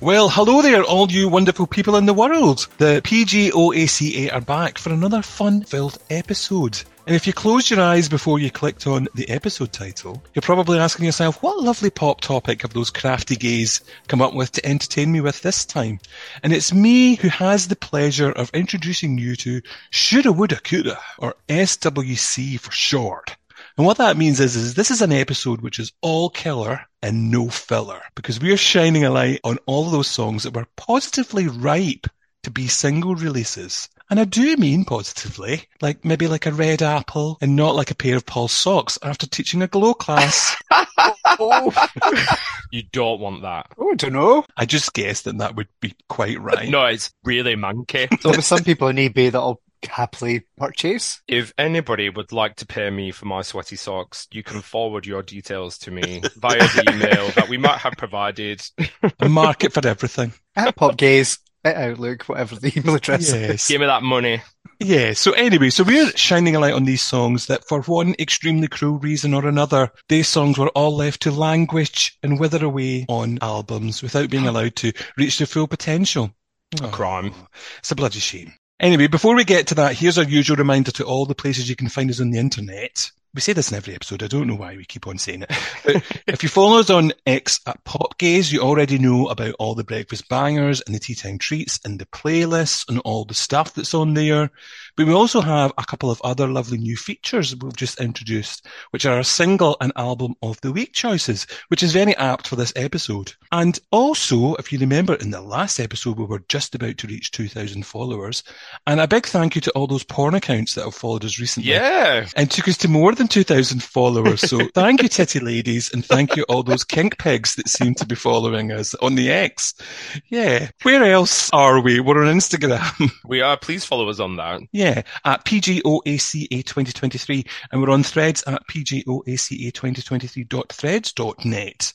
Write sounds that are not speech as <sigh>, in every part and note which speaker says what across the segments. Speaker 1: Well, hello there, all you wonderful people in the world. The PGOACA are back for another fun filled episode. And if you closed your eyes before you clicked on the episode title, you're probably asking yourself, what lovely pop topic have those crafty gays come up with to entertain me with this time? And it's me who has the pleasure of introducing you to Shoulda Woulda Coulda, or SWC for short. And what that means is, is this is an episode which is all killer and no filler because we are shining a light on all of those songs that were positively ripe to be single releases. And I do mean positively, like maybe like a red apple and not like a pair of Paul's socks after teaching a glow class.
Speaker 2: Oh,
Speaker 3: You don't want that.
Speaker 2: oh, I don't know.
Speaker 1: I just guessed that that would be quite right.
Speaker 3: No, it's really manky. <laughs>
Speaker 2: There'll be some people on eBay that'll happily purchase.
Speaker 3: If anybody would like to pay me for my sweaty socks, you can forward your details to <laughs> me via the email that we might have provided.
Speaker 1: A market for everything.
Speaker 2: At eh, Pop Gaze, at Outlook, whatever the email address is.
Speaker 1: Yes.
Speaker 3: Give me that money.
Speaker 1: Yeah, so anyway, so we're shining a light on these songs that for one extremely cruel reason or another, these songs were all left to languish and wither away on albums without being allowed to reach their full potential.
Speaker 3: A crime.
Speaker 1: It's a bloody shame. Anyway, before we get to that, here's our usual reminder to all the places you can find us on the internet. We say this in every episode. I don't know why we keep on saying it. But if you follow us on X at Popgaze, you already know about all the breakfast bangers and the tea time treats and the playlists and all the stuff that's on there. But we also have a couple of other lovely new features that we've just introduced, which are a single and album of the week choices, which is very apt for this episode. And also, if you remember in the last episode, we were just about to reach 2,000 followers. And a big thank you to all those porn accounts that have followed us recently
Speaker 3: Yeah.
Speaker 1: and took us to more than 2,000 followers. So thank you, titty ladies, and thank you all those kink pigs that seem to be following us on the X. Yeah. Where else are we? We're on Instagram. <laughs>
Speaker 3: We are. Please follow us on that.
Speaker 1: yeah. At PGOACA 2023. And we're on threads at PGOACA2023.threads.net.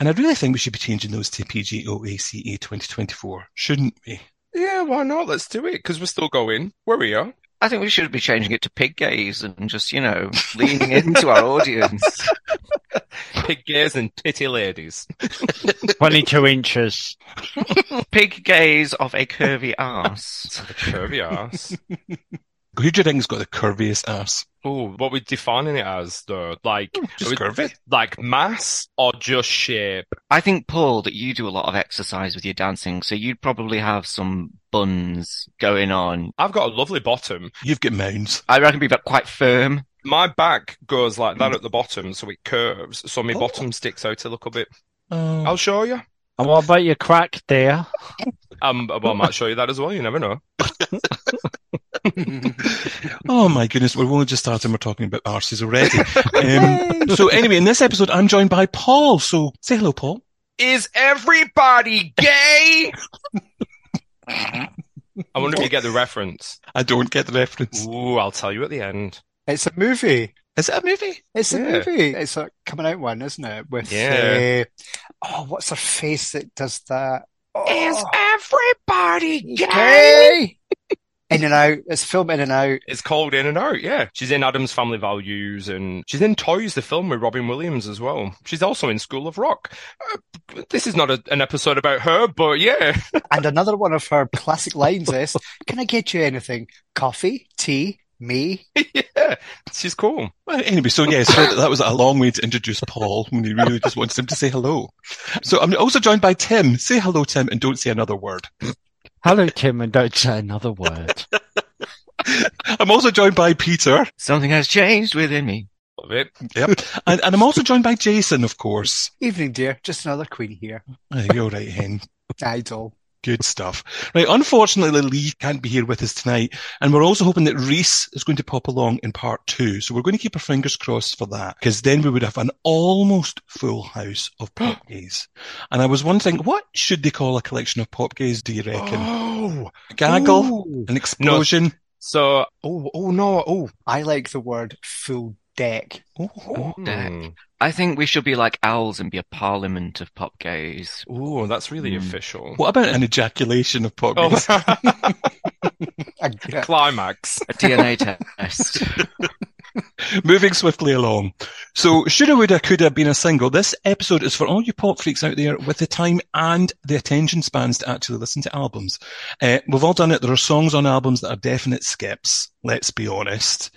Speaker 1: And I really think we should be changing those to PGOACA 2024, shouldn't we?
Speaker 3: Yeah, why not? Let's do it because we're still going. Where we <laughs> are.
Speaker 4: I think we should be changing it to pig gaze and just, you know, leaning into our audience.
Speaker 3: Pig gears and titty ladies.
Speaker 5: 22 inches.
Speaker 4: Pig gaze of a curvy ass.
Speaker 3: Curvy <laughs> ass.
Speaker 1: Who do you think's got the curviest ass?
Speaker 3: Oh, what we're defining it as though, like,
Speaker 1: Just
Speaker 3: are we-
Speaker 1: curvy.
Speaker 3: like mass or just shape.
Speaker 4: I think, Paul, that you do a lot of exercise with your dancing, so you'd probably have some buns going on.
Speaker 3: I've got a lovely bottom.
Speaker 1: You've got mounds.
Speaker 4: I reckon we'd be quite firm.
Speaker 3: My back goes like that at the bottom, so it curves. So my
Speaker 1: Oh.
Speaker 3: bottom sticks out a little bit.
Speaker 1: Oh.
Speaker 3: I'll show you.
Speaker 5: And what about your crack there?
Speaker 2: <laughs>
Speaker 3: Um, well, I might show you that as well. You never know.
Speaker 1: Oh my goodness, we've only just started and we're talking about arses already. <laughs> Um, so anyway, in this episode, I'm joined by Paul. So say hello, Paul.
Speaker 3: Is everybody gay? I wonder if you get the reference.
Speaker 1: I don't get the reference.
Speaker 3: Ooh, I'll tell you at the end.
Speaker 2: It's a movie.
Speaker 1: Is it a movie?
Speaker 2: It's a
Speaker 3: Yeah.
Speaker 2: movie. It's a coming out one, isn't it? With
Speaker 3: Yeah.
Speaker 2: uh, oh, what's her face that does that?
Speaker 3: Is
Speaker 2: Oh,
Speaker 3: everybody gay?
Speaker 2: gay? In and out. It's film In and Out.
Speaker 3: It's called In and Out, yeah. She's in Adam's Family Values and she's in Toys, the film with Robin Williams as well. She's also in School of Rock. Uh, this is not a, an episode about her, but yeah. <laughs>
Speaker 2: And another one of her classic lines is, "Can I get you anything? Coffee, tea, me?"
Speaker 3: yeah. She's cool.
Speaker 1: Well, anyway, so yeah, so that was a long way to introduce Paul when he really just wants him to say hello. So I'm also joined by Tim. Say hello, Tim, and don't say another word.
Speaker 5: Hello, Tim, and don't say another word.
Speaker 1: <laughs> I'm also joined by Peter.
Speaker 4: Something has changed within me.
Speaker 3: Love it.
Speaker 1: Yep. And, and I'm also joined by Jason, of course.
Speaker 2: Evening, dear. Just another queen here.
Speaker 1: Aye, you're right, Hen.
Speaker 2: Idol.
Speaker 1: Good stuff. Right, unfortunately, Lee can't be here with us tonight, and we're also hoping that Reese is going to pop along in part two. So we're going to keep our fingers crossed for that, because then we would have an almost full house of pop gays. And I was wondering, what should they call a collection of pop gays? Do you
Speaker 3: <gasps>
Speaker 1: reckon?
Speaker 3: Oh.
Speaker 1: A Gaggle,
Speaker 2: Ooh.
Speaker 1: an explosion.
Speaker 3: So, oh, oh no, oh.
Speaker 2: I like the word full deck.
Speaker 1: Oh,
Speaker 4: Deck.
Speaker 3: Hmm.
Speaker 4: I think we should be like owls and be a parliament of pop gaze.
Speaker 3: Ooh, that's really
Speaker 4: Hmm.
Speaker 3: official.
Speaker 1: what about an ejaculation of pop
Speaker 3: Oh. <laughs>
Speaker 1: gays?
Speaker 5: <laughs>
Speaker 2: A-
Speaker 3: Climax.
Speaker 4: A DNA test.
Speaker 1: <laughs> Moving swiftly along. So, shoulda, woulda, coulda been a single. This episode is for all you pop freaks out there with the time and the attention spans to actually listen to albums. Uh, we've all done it. There are songs on albums that are definite skips. Let's be honest.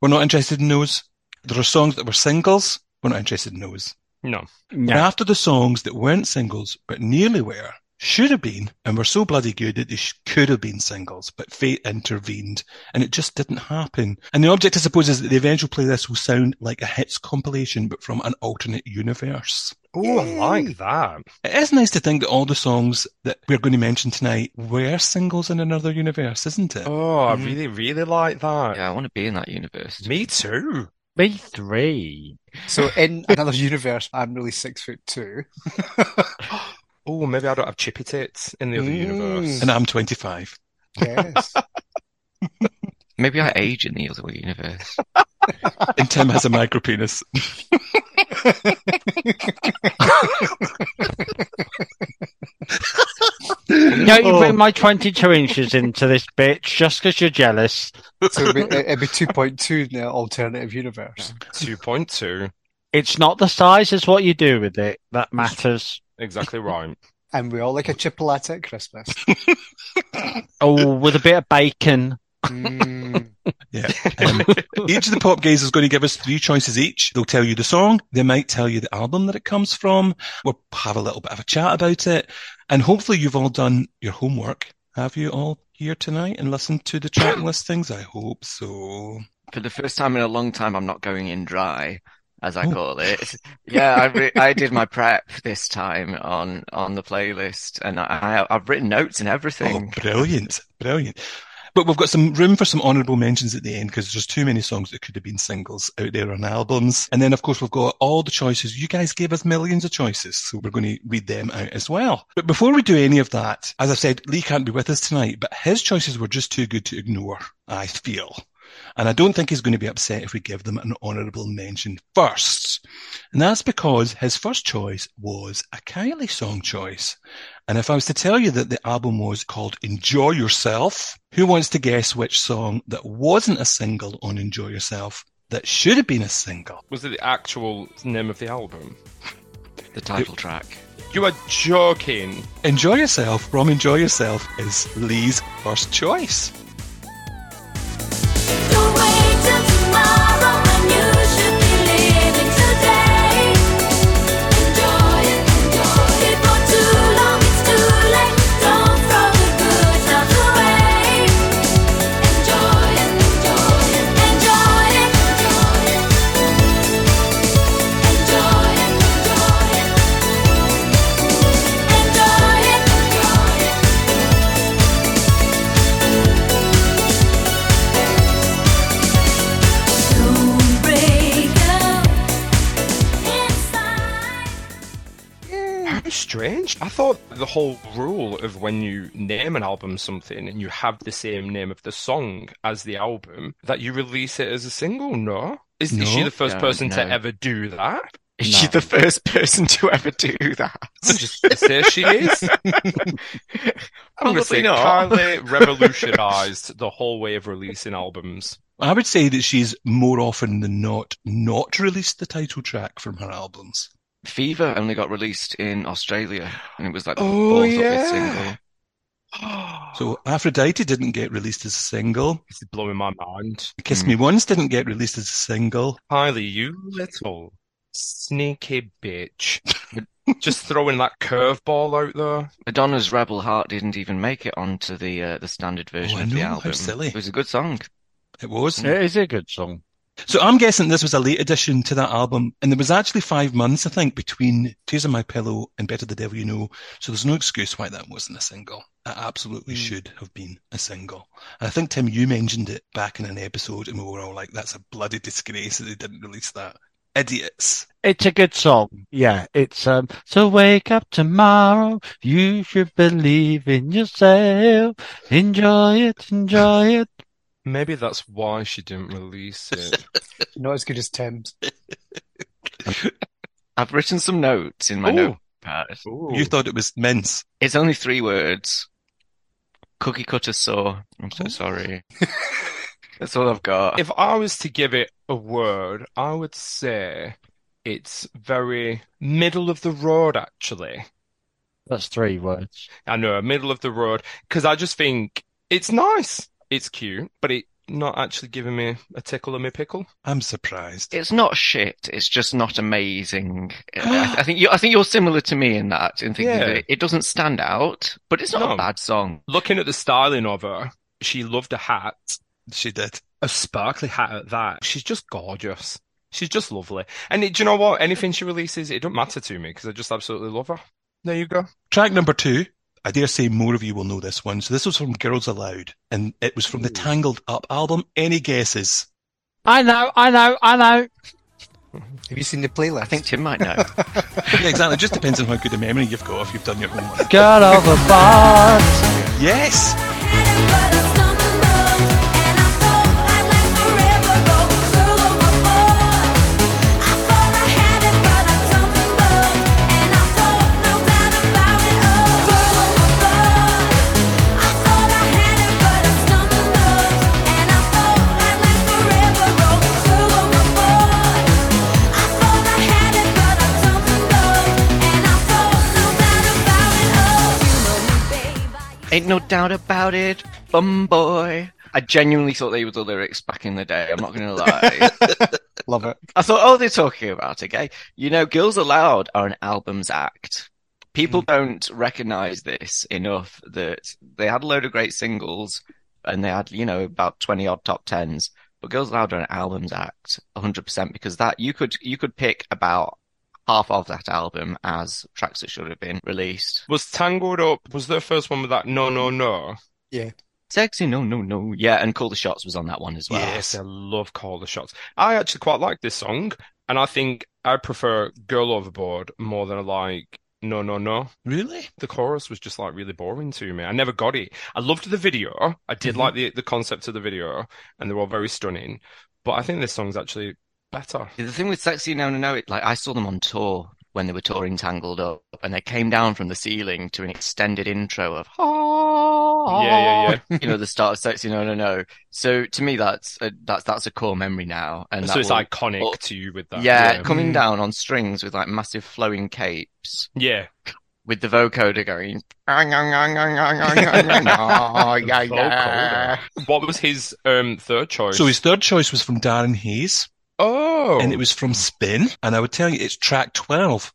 Speaker 1: We're not interested in those. There are songs that were singles. We're not interested in those.
Speaker 3: No.
Speaker 1: And
Speaker 5: No.
Speaker 1: after the songs that weren't singles but nearly were, should have been, and were so bloody good that they sh- could have been singles, but fate intervened and it just didn't happen. And the object, I suppose, is that the eventual playlist will sound like a hits compilation but from an alternate universe.
Speaker 3: Oh, I
Speaker 2: Yay.
Speaker 3: like that.
Speaker 1: It is nice to think that all the songs that we're going to mention tonight were singles in another universe, isn't it?
Speaker 3: Oh, I
Speaker 1: Mhm.
Speaker 3: really, really like that.
Speaker 4: Yeah, I want to be in that universe.
Speaker 3: Me too.
Speaker 5: Me three.
Speaker 2: So in another universe, I'm really six foot two.
Speaker 3: Oh, maybe I don't have chippy tits in the other
Speaker 2: Mm.
Speaker 3: universe.
Speaker 1: And I'm 25.
Speaker 2: Yes.
Speaker 4: Maybe I age in the other universe.
Speaker 1: And Tim has a micro penis.
Speaker 5: No, you
Speaker 1: Oh.
Speaker 5: bring my 22 inches into this bitch just because you're jealous.
Speaker 2: So it'd be, it'd be 2.2 in the alternative universe.
Speaker 3: 2.2.
Speaker 5: It's not the size, it's what you do with it that matters.
Speaker 3: Exactly right.
Speaker 2: And we all like a chipolata at Christmas.
Speaker 5: Oh, with a bit of bacon.
Speaker 2: Mm.
Speaker 1: Um, each of the pop guys is going to give us three choices each. They'll tell you the song. They might tell you the album that it comes from. We'll have a little bit of a chat about it. And hopefully you've all done your homework. Have you all here tonight and listened to the track listings? I hope so.
Speaker 4: For the first time in a long time, I'm not going in dry, as I
Speaker 1: Oh.
Speaker 4: call it. Yeah, I, re- I did my prep this time on on the playlist, and I, I I've written notes and
Speaker 1: Oh,
Speaker 4: everything.
Speaker 1: brilliant. Brilliant. But we've got some room for some honourable mentions at the end because there's too many songs that could have been singles out there on albums. And then, of course, we've got all the choices. You guys gave us millions of choices, so we're going to read them out as well. But before we do any of that, as I've said, Lee can't be with us tonight, but his choices were just too good to ignore, I feel. And I don't think he's going to be upset if we give them an honourable mention first. And that's because his first choice was a Kylie song choice. And if I was to tell you that the album was called Enjoy Yourself, who wants to guess which song that wasn't a single on Enjoy Yourself that should have been a single?
Speaker 3: Was it the actual name of the album?
Speaker 4: The title track.
Speaker 3: You are joking.
Speaker 1: Enjoy Yourself from Enjoy Yourself is Lee's first choice.
Speaker 6: Don't wait till tomorrow when you should be living today. Enjoy it, enjoy it for too long. It's too late. Don't throw the good stuff away. Enjoy it, enjoy it, enjoy it, enjoy it, enjoy it, enjoy it, enjoy it. Don't break up. It's time.
Speaker 3: How strange. I thought the whole rule of when you name an album something and you have the same name of the song as the album, that you release it as a single. No. Is, is she
Speaker 1: No.
Speaker 3: the first
Speaker 4: No,
Speaker 3: person to
Speaker 4: no.
Speaker 3: ever do that?
Speaker 4: Is
Speaker 5: No.
Speaker 4: she the first person to ever do that?
Speaker 3: I'm just gonna say she is.
Speaker 4: <laughs>
Speaker 3: I'm going to say
Speaker 4: Probably not. <laughs>
Speaker 3: Kylie revolutionized the whole way of releasing
Speaker 4: <gasps>
Speaker 3: albums.
Speaker 1: I would say that she's more often than not not released the title track from her albums.
Speaker 4: Fever only got released in Australia, and it was like the
Speaker 3: Oh,
Speaker 4: fourth or
Speaker 3: yeah.
Speaker 4: fifth single.
Speaker 3: so
Speaker 1: So Aphrodite didn't get released as a single.
Speaker 3: it's blowing my mind.
Speaker 1: Kiss
Speaker 4: Hmm.
Speaker 1: Me Once didn't get released as a single.
Speaker 3: Kylie, you little sneaky bitch. Just throwing that curveball out there.
Speaker 4: Madonna's "Rebel Heart" didn't even make it onto the uh, the standard version
Speaker 1: I
Speaker 4: of the
Speaker 1: know, how
Speaker 4: album.
Speaker 1: silly.
Speaker 4: It was a good song.
Speaker 1: It was.
Speaker 5: It is a good song.
Speaker 1: So I'm guessing this was a late addition to that album, and there was actually five months, I think, between Tears on My Pillow and Better the Devil You Know. So there's no excuse why that wasn't a single. That absolutely should have been a single. And I think Tim, you mentioned it back in an episode, and we were all like, "That's a bloody disgrace that they didn't release that." Idiots.
Speaker 5: It's a good song. Yeah, it's um. So wake up tomorrow. You should believe in yourself. Enjoy it. Enjoy it.
Speaker 3: Maybe that's why she didn't release it.
Speaker 2: Not as good as Tim's.
Speaker 4: I've written some notes in my
Speaker 3: Ooh.
Speaker 4: notepad.
Speaker 1: You thought it was mince.
Speaker 4: It's only three words. Cookie cutter saw. I'm so sorry. <laughs> That's all I've got.
Speaker 3: if I was to give it a word, I would say It's very middle of the road, actually.
Speaker 5: That's three words.
Speaker 3: I know, middle of the road, because I just think it's nice, it's cute, but it not actually giving me a tickle of my pickle.
Speaker 1: I'm surprised.
Speaker 4: It's not shit. It's just
Speaker 3: <gasps>
Speaker 4: not amazing. I I think you, I think you're similar to me in that, in thinking
Speaker 3: Yeah.
Speaker 4: that it, it doesn't stand out, but it's not
Speaker 3: No.
Speaker 4: a bad song.
Speaker 3: Looking at the styling of her, she loved a hat,
Speaker 1: She did.
Speaker 3: a sparkly hat at that. She's just gorgeous. She's just lovely. And it, do you know what? Anything she releases, it don't matter to me because I just absolutely love her. There you go.
Speaker 1: Track number two. I dare say more of you will know this one. So this was from Girls Aloud, and it was from the Tangled Up album. Any guesses?
Speaker 5: I know, I know, I know.
Speaker 2: Have you seen the playlist?
Speaker 4: I think Tim
Speaker 3: <laughs>
Speaker 4: might know.
Speaker 1: yeah, exactly. It just depends on how good a memory you've got if you've done your homework.
Speaker 5: Girl of a boss.
Speaker 1: Yes.
Speaker 4: Ain't no doubt about it, bum boy. I genuinely thought they were the lyrics back in the day. I'm not going
Speaker 3: <laughs>
Speaker 4: to lie.
Speaker 2: Love it.
Speaker 4: I thought, oh, they're talking about okay. You know, Girls Aloud are an albums act. People don't recognize this enough that they had a load of great singles and they had, you know, about 20 odd top tens, but Girls Aloud are an albums act 100% because that you could, you could pick about half of that album as tracks that should have been released.
Speaker 3: Was Tangled Up, was their first one with that No, No, No?
Speaker 4: Sexy, no, no, no. Yeah. And Call the Shots was on that one as well.
Speaker 3: Yes, I love Call the Shots. I actually quite like this song, and I think I prefer Girl Overboard more than I like No, No, No.
Speaker 1: Really?
Speaker 3: the chorus was just like really boring to me. I never got it. I loved the video. I did like the, the concept of the video, and they were all very stunning. But I think this song's actually better.
Speaker 4: The thing with Sexy No No No, it, like I saw them on tour when they were touring Tangled Up, and they came down from the ceiling to an extended intro of
Speaker 5: <laughs>
Speaker 4: "Ah,"
Speaker 3: Yeah,
Speaker 1: Oh.
Speaker 3: yeah,
Speaker 4: you know, the start of Sexy No No No. So to me, that's a, that's that's a core memory now, and
Speaker 3: yeah. So
Speaker 4: that
Speaker 3: it's
Speaker 4: will-
Speaker 3: iconic
Speaker 4: oh,
Speaker 3: to you with that.
Speaker 4: yeah,
Speaker 3: yeah,
Speaker 4: coming
Speaker 5: Mm.
Speaker 4: down on strings with like massive flowing capes.
Speaker 3: yeah.
Speaker 4: With the vocoder going, "Ah, nah, nah, nah, nah, nah, nah, nah,
Speaker 5: <laughs>
Speaker 4: nah, ah, yeah, yeah."
Speaker 3: What was his um third choice?
Speaker 1: So his third choice was from Darren Hayes,
Speaker 3: oh,
Speaker 1: and it was from Spin. And I would tell you, it's track 12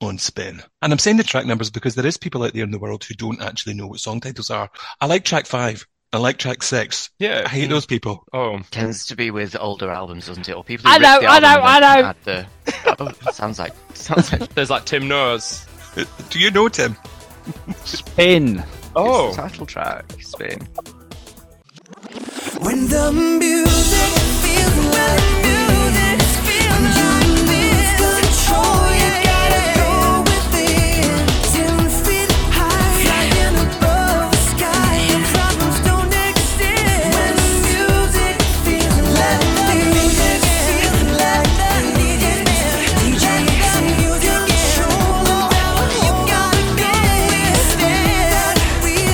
Speaker 1: on Spin. And I'm saying the track numbers because there is people out there in the world who don't actually know what song titles are. I like track five. I like track six. I
Speaker 3: yeah.
Speaker 1: hate those people.
Speaker 3: Oh,
Speaker 4: Tends to be with older albums, doesn't it? Or people who
Speaker 5: I
Speaker 4: rip
Speaker 5: know,
Speaker 4: the
Speaker 5: I know,
Speaker 4: album and
Speaker 5: I
Speaker 4: then
Speaker 5: know.
Speaker 4: add the- Oh, sounds like sounds
Speaker 5: <laughs>
Speaker 4: like
Speaker 3: there's like Tim Nose.
Speaker 1: Do you know Tim?
Speaker 5: Spin.
Speaker 3: Oh,
Speaker 4: It's the title track, Spin.
Speaker 6: When the music feels like music, when you lose control, you gotta go within. Ten feet high, flying above the sky, and problems don't exist. When the music feels like music, feels like music, DJ, music control. You gotta go within. Feel, tell me how it feels.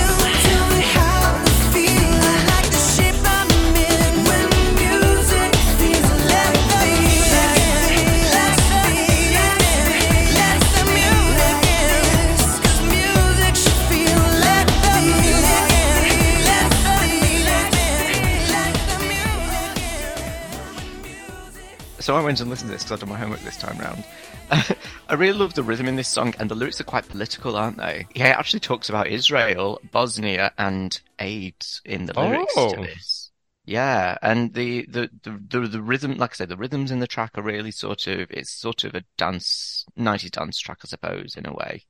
Speaker 6: I like the shape I'm in when music feels like Let the music in, 'cause music should feel like the music in. Let the music in, let the music in.
Speaker 4: So I went and listened to this because I've done my homework this time round. <laughs> I really love the rhythm in this song, and the lyrics are quite political, aren't they? He actually talks about Israel, Bosnia, and AIDS in the lyrics to
Speaker 3: Oh.
Speaker 4: this. Yeah, and the, the, the, the, the rhythm, like I said, the rhythms in the track are really sort of, it's sort of a dance, 90s dance track, I suppose, in a way,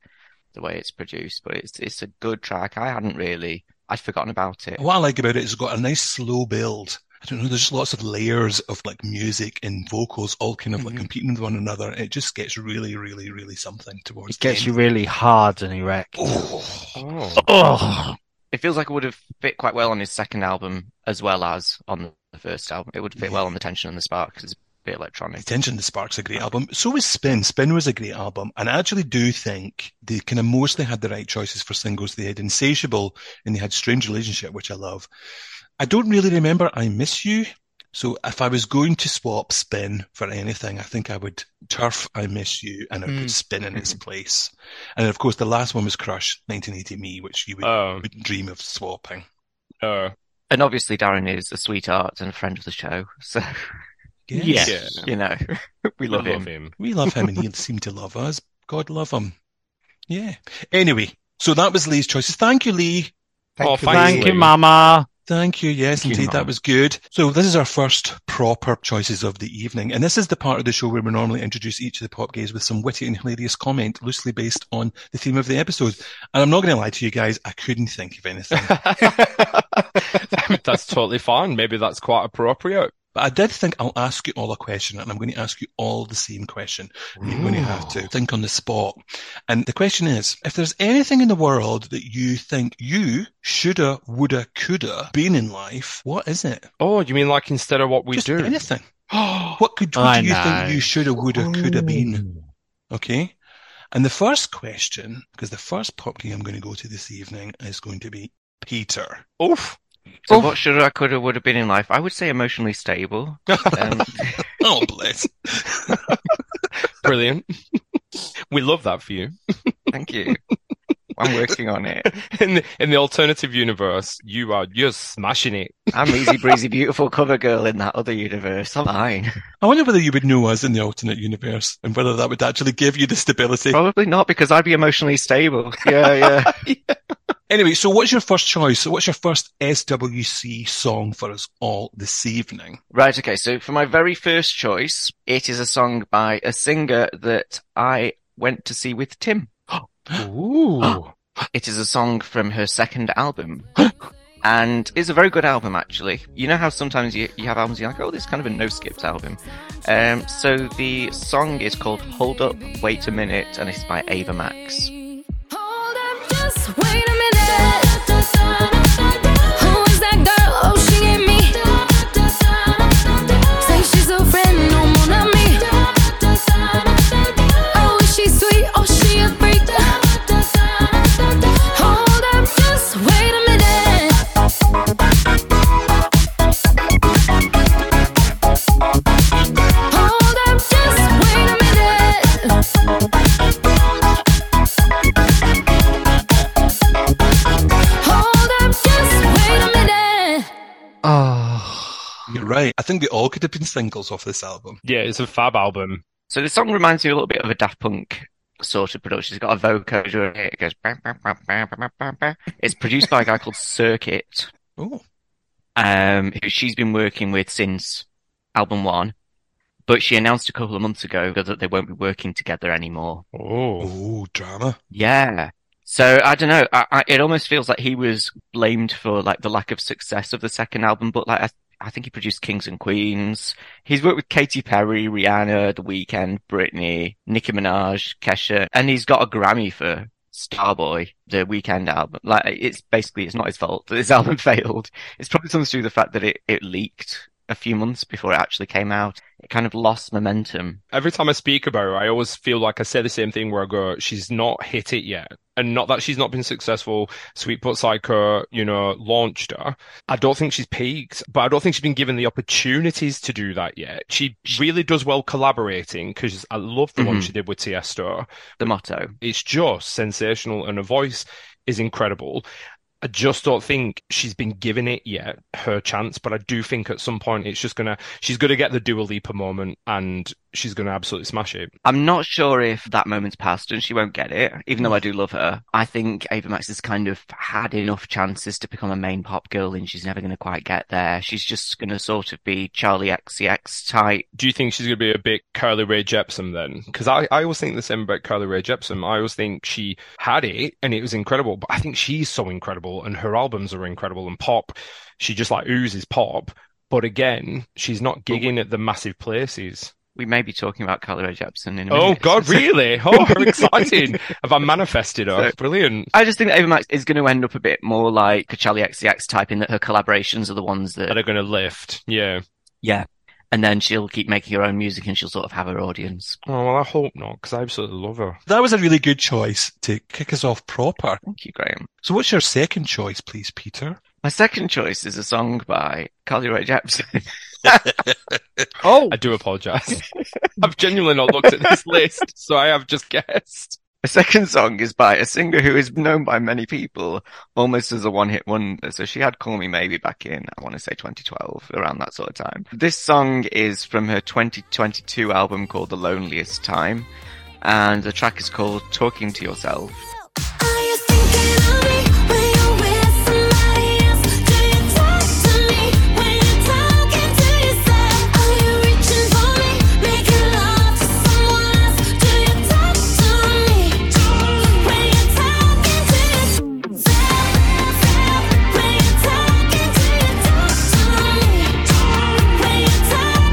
Speaker 4: the way it's produced, but it's, it's a good track. I hadn't really, I'd forgotten about it.
Speaker 1: What I like about it is it's got a nice slow build. I don't know, there's just lots of layers of like music and vocals all kind of like competing with one another. It just gets really, really, really something towards
Speaker 5: It gets
Speaker 1: the
Speaker 5: you
Speaker 1: end.
Speaker 5: really hard and erect.
Speaker 1: Oh,
Speaker 3: oh.
Speaker 5: Oh,
Speaker 4: it feels like it would have fit quite well on his second album as well as on the first album. It would fit well on the tension and the spark 'cause it's a bit electronic.
Speaker 1: Attention to Spark's a great album. So is Spin. Spin was a great album. And I actually do think they kind of mostly had the right choices for singles. They had Insatiable and they had Strange Relationship, which I love. I don't really remember I Miss You. So if I was going to swap spin for anything, I think I would turf I Miss You and I would put spin in its place. And of course, the last one was Crush 1980 Me, which you would,
Speaker 3: Oh,
Speaker 1: would dream of swapping.
Speaker 3: no.
Speaker 4: And obviously, Darren is a sweetheart and a friend of the show, <laughs> so
Speaker 5: Yes.
Speaker 3: Yeah.
Speaker 4: you know <laughs> we love him.
Speaker 1: We love him and
Speaker 4: <laughs>
Speaker 1: he seemed to love us. God love him. Yeah. Anyway, so that was Lee's choices. Thank you, Lee.
Speaker 3: Oh,
Speaker 2: you,
Speaker 3: thank
Speaker 2: Lee.
Speaker 5: Thank you, Mama.
Speaker 1: Thank you. Yes,
Speaker 4: Thank you,
Speaker 1: indeed. that
Speaker 4: Mum.
Speaker 1: was good. So this is our first proper choices of the evening. And this is the part of the show where we normally introduce each of the pop gays with some witty and hilarious comment loosely based on the theme of the episode. And I'm not going to lie to you guys. I couldn't think of anything,
Speaker 3: <laughs> that's totally fine. Maybe that's quite appropriate.
Speaker 1: but I did think I'll ask you all a question and I'm going to ask you all the same question. You're going to have to think on the spot. And the question is, if there's anything in the world that you think you shoulda, woulda, coulda been in life, what is it?
Speaker 3: Oh, you mean like instead of what we
Speaker 1: Just
Speaker 3: do?
Speaker 1: anything. what could what
Speaker 5: I
Speaker 1: do you
Speaker 5: know.
Speaker 1: think you shoulda, woulda, coulda been? Okay. And the first question, because the first pop game I'm going to go to this evening is going to be Peter.
Speaker 3: Oof.
Speaker 4: So
Speaker 5: Oh.
Speaker 4: what should I could have would have been in life? I would say emotionally stable. Um, <laughs>
Speaker 1: Oh, bless.
Speaker 3: <laughs> Brilliant. <laughs> we love that for you.
Speaker 4: thank you. I'm working on it.
Speaker 3: In the, in the alternative universe, you are you're smashing it.
Speaker 4: I'm easy breezy beautiful cover girl in that other universe. I'm <laughs> fine.
Speaker 1: I wonder whether you would know us in the alternate universe and whether that would actually give you the stability.
Speaker 4: Probably not because I'd be emotionally stable. Yeah, yeah.
Speaker 1: Anyway, so what's your first choice? So what's your first SWC song for us all this evening?
Speaker 4: Right, okay. So for my very first choice, it is a song by a singer that I went to see with Tim. <gasps>
Speaker 3: Ooh.
Speaker 4: It is a song from her second album. <gasps> And is a very good album actually. You know how sometimes you, you have albums you're like, oh, this is kind of a no skips album. Um, so the song is called Hold Up, Wait a Minute, and it's by Ava Max.
Speaker 6: Hold up, just wait a minute. Who is that girl? Oh, she ain't me. Say she's a friend, no more than me. Oh, is she sweet? Oh, she a freak. Hold up, just wait a minute. Hold up, just wait a minute. Hold up, just wait a minute.
Speaker 1: You're right. I think they all could have been singles off this album.
Speaker 3: Yeah, it's a fab album.
Speaker 4: So the song reminds me a little bit of a Daft Punk sort of production. It's got a vocoder in it. It goes. "Bam, bam, bam, bam, bam, bam, bam." It's produced by a guy called Circuit,
Speaker 1: Oh,
Speaker 4: um, who she's been working with since album one. But she announced a couple of months ago that they won't be working together anymore.
Speaker 3: Oh.
Speaker 1: oh, drama.
Speaker 4: Yeah. So I don't know. I, I, it almost feels like he was blamed for like the lack of success of the second album, but like I, I think he produced Kings and Queens. He's worked with Katy Perry, Rihanna, The Weeknd, Britney, Nicki Minaj, Kesha, and he's got a Grammy for Starboy, the Weekend album. Like it's basically it's not his fault that this <laughs> album failed. It's probably something to do with the fact that it, it leaked a few months before it actually came out. It kind of lost momentum.
Speaker 3: Every time I speak about her, I always feel like I say the same thing where I go, she's not hit it yet. And not that she's not been successful. Sweet But Psycho, you know, launched her. I don't think she's peaked, but I don't think she's been given the opportunities to do that yet. She really does well collaborating because I love the one
Speaker 4: Mhm.
Speaker 3: she did with Tiesto.
Speaker 4: The motto.
Speaker 3: It's just sensational and her voice is incredible. I just don't think she's been given it yet, her chance, but I do think at some point it's just gonna she's gonna get the Dua Lipa moment and she's gonna absolutely smash it.
Speaker 4: I'm not sure if that moment's passed and she won't get it, even though I
Speaker 3: Mm.
Speaker 4: do love her. I think Ava Max has kind of had enough chances to become a main pop girl and she's never going to quite get there. She's just going to sort of be Charlie XCX type.
Speaker 3: Do you think she's gonna be a bit Carly Rae Jepsen then? Because I, I always think the same about Carly Rae Jepsen. I always think she had it and it was incredible, but I think she's so incredible and her albums are incredible and pop. She just like oozes pop. But again, she's not gigging at the massive places.
Speaker 4: We may be talking about Carly Rae Jepsen in a
Speaker 3: Oh
Speaker 4: minute. <laughs>
Speaker 3: God, <laughs> really? Oh, how <laughs> exciting! Have I manifested her?
Speaker 4: So-
Speaker 3: Brilliant.
Speaker 4: I just think that Ava Max is going to end up a bit more like a Charlie XCX type in that her collaborations are the ones
Speaker 3: That
Speaker 4: that,
Speaker 3: are going to lift. Yeah.
Speaker 4: and then she'll keep making her own music and she'll sort of have her audience.
Speaker 3: Oh well, I hope not because I absolutely love her.
Speaker 1: That was a really good choice to kick us off proper.
Speaker 4: Thank you, Graham.
Speaker 1: So what's your second choice, please, Peter?
Speaker 4: My second choice is a song by Carly Rae Jepsen.
Speaker 3: I do <laughs> apologise. I've genuinely not looked at <laughs> this list, so I have just guessed.
Speaker 4: My second song is by a singer who is known by many people almost as a one hit wonder. So she had Call Me Maybe back in, I want to say 2012, around that sort of time. This song is from her 2022 album called The Loneliest Time. And the track is called Talking to Yourself.
Speaker 6: Are you thinking of me when you're with somebody else? Do you talk to me when you're talking to yourself? Are you reaching for me, making love to someone else? Do you talk to me when you're talking to yourself? When you're talking to yourself, when you're talking to yourself.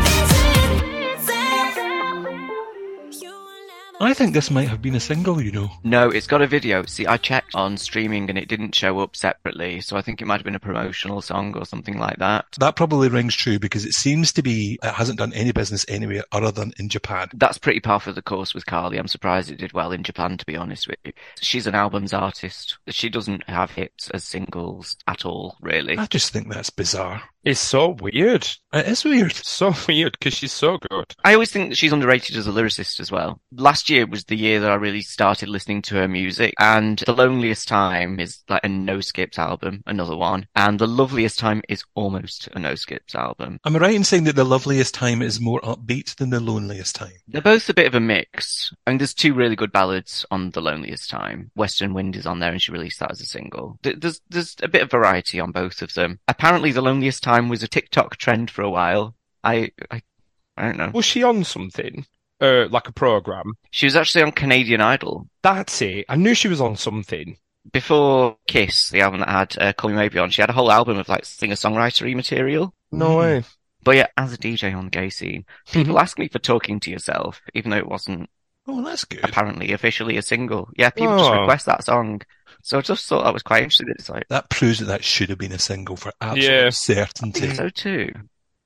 Speaker 1: I think this might have been a single, you know.
Speaker 4: No, it's got a video. See, I checked on streaming and it didn't show up separately. So I think it might have been a promotional song or something like that.
Speaker 1: That probably rings true because it seems to be, it hasn't done any business anywhere other than in Japan.
Speaker 4: That's pretty par for the course with Carly. I'm surprised it did well in Japan, to be honest with you. She's an albums artist. She doesn't have hits as singles at all, really.
Speaker 1: I just think that's bizarre.
Speaker 3: It's so weird.
Speaker 1: It is weird.
Speaker 3: So <laughs> weird because she's so good.
Speaker 4: I always think that she's underrated as a lyricist as well. Last year was the year that I really started listening to her music, and The Loneliest Time is like a no skips album, another one, and The Loveliest Time is almost a no skips album.
Speaker 1: Am I right in saying that the loveliest time is more upbeat than the loneliest time?
Speaker 4: They're both a bit of a mix. I mean, there's two really good ballads on The Loneliest Time. Western Wind is on there, and she released that as a single. Th- There's there's a bit of variety on both of them. Apparently, The Loneliest Time was a TikTok trend for a while. I I, I don't know.
Speaker 3: Was she on something? Uh, like a program?
Speaker 4: She was actually on Canadian Idol
Speaker 3: That's it. I knew she was on something.
Speaker 4: before Kiss, the album that had uh, Call Me Maybe on. She had a whole album of like singer songwritery material.
Speaker 3: No way.
Speaker 4: But yeah, as a DJ on the gay scene, people ask me for talking to yourself, even though it wasn't
Speaker 1: Oh, that's good.
Speaker 4: <laughs> apparently officially a single. Yeah, people just
Speaker 3: Oh.
Speaker 4: request that song. So I just thought that was quite interesting. It's like,
Speaker 1: That proves that that should have been a single for absolute
Speaker 3: Yeah.
Speaker 4: I
Speaker 1: certainty.
Speaker 4: think so too.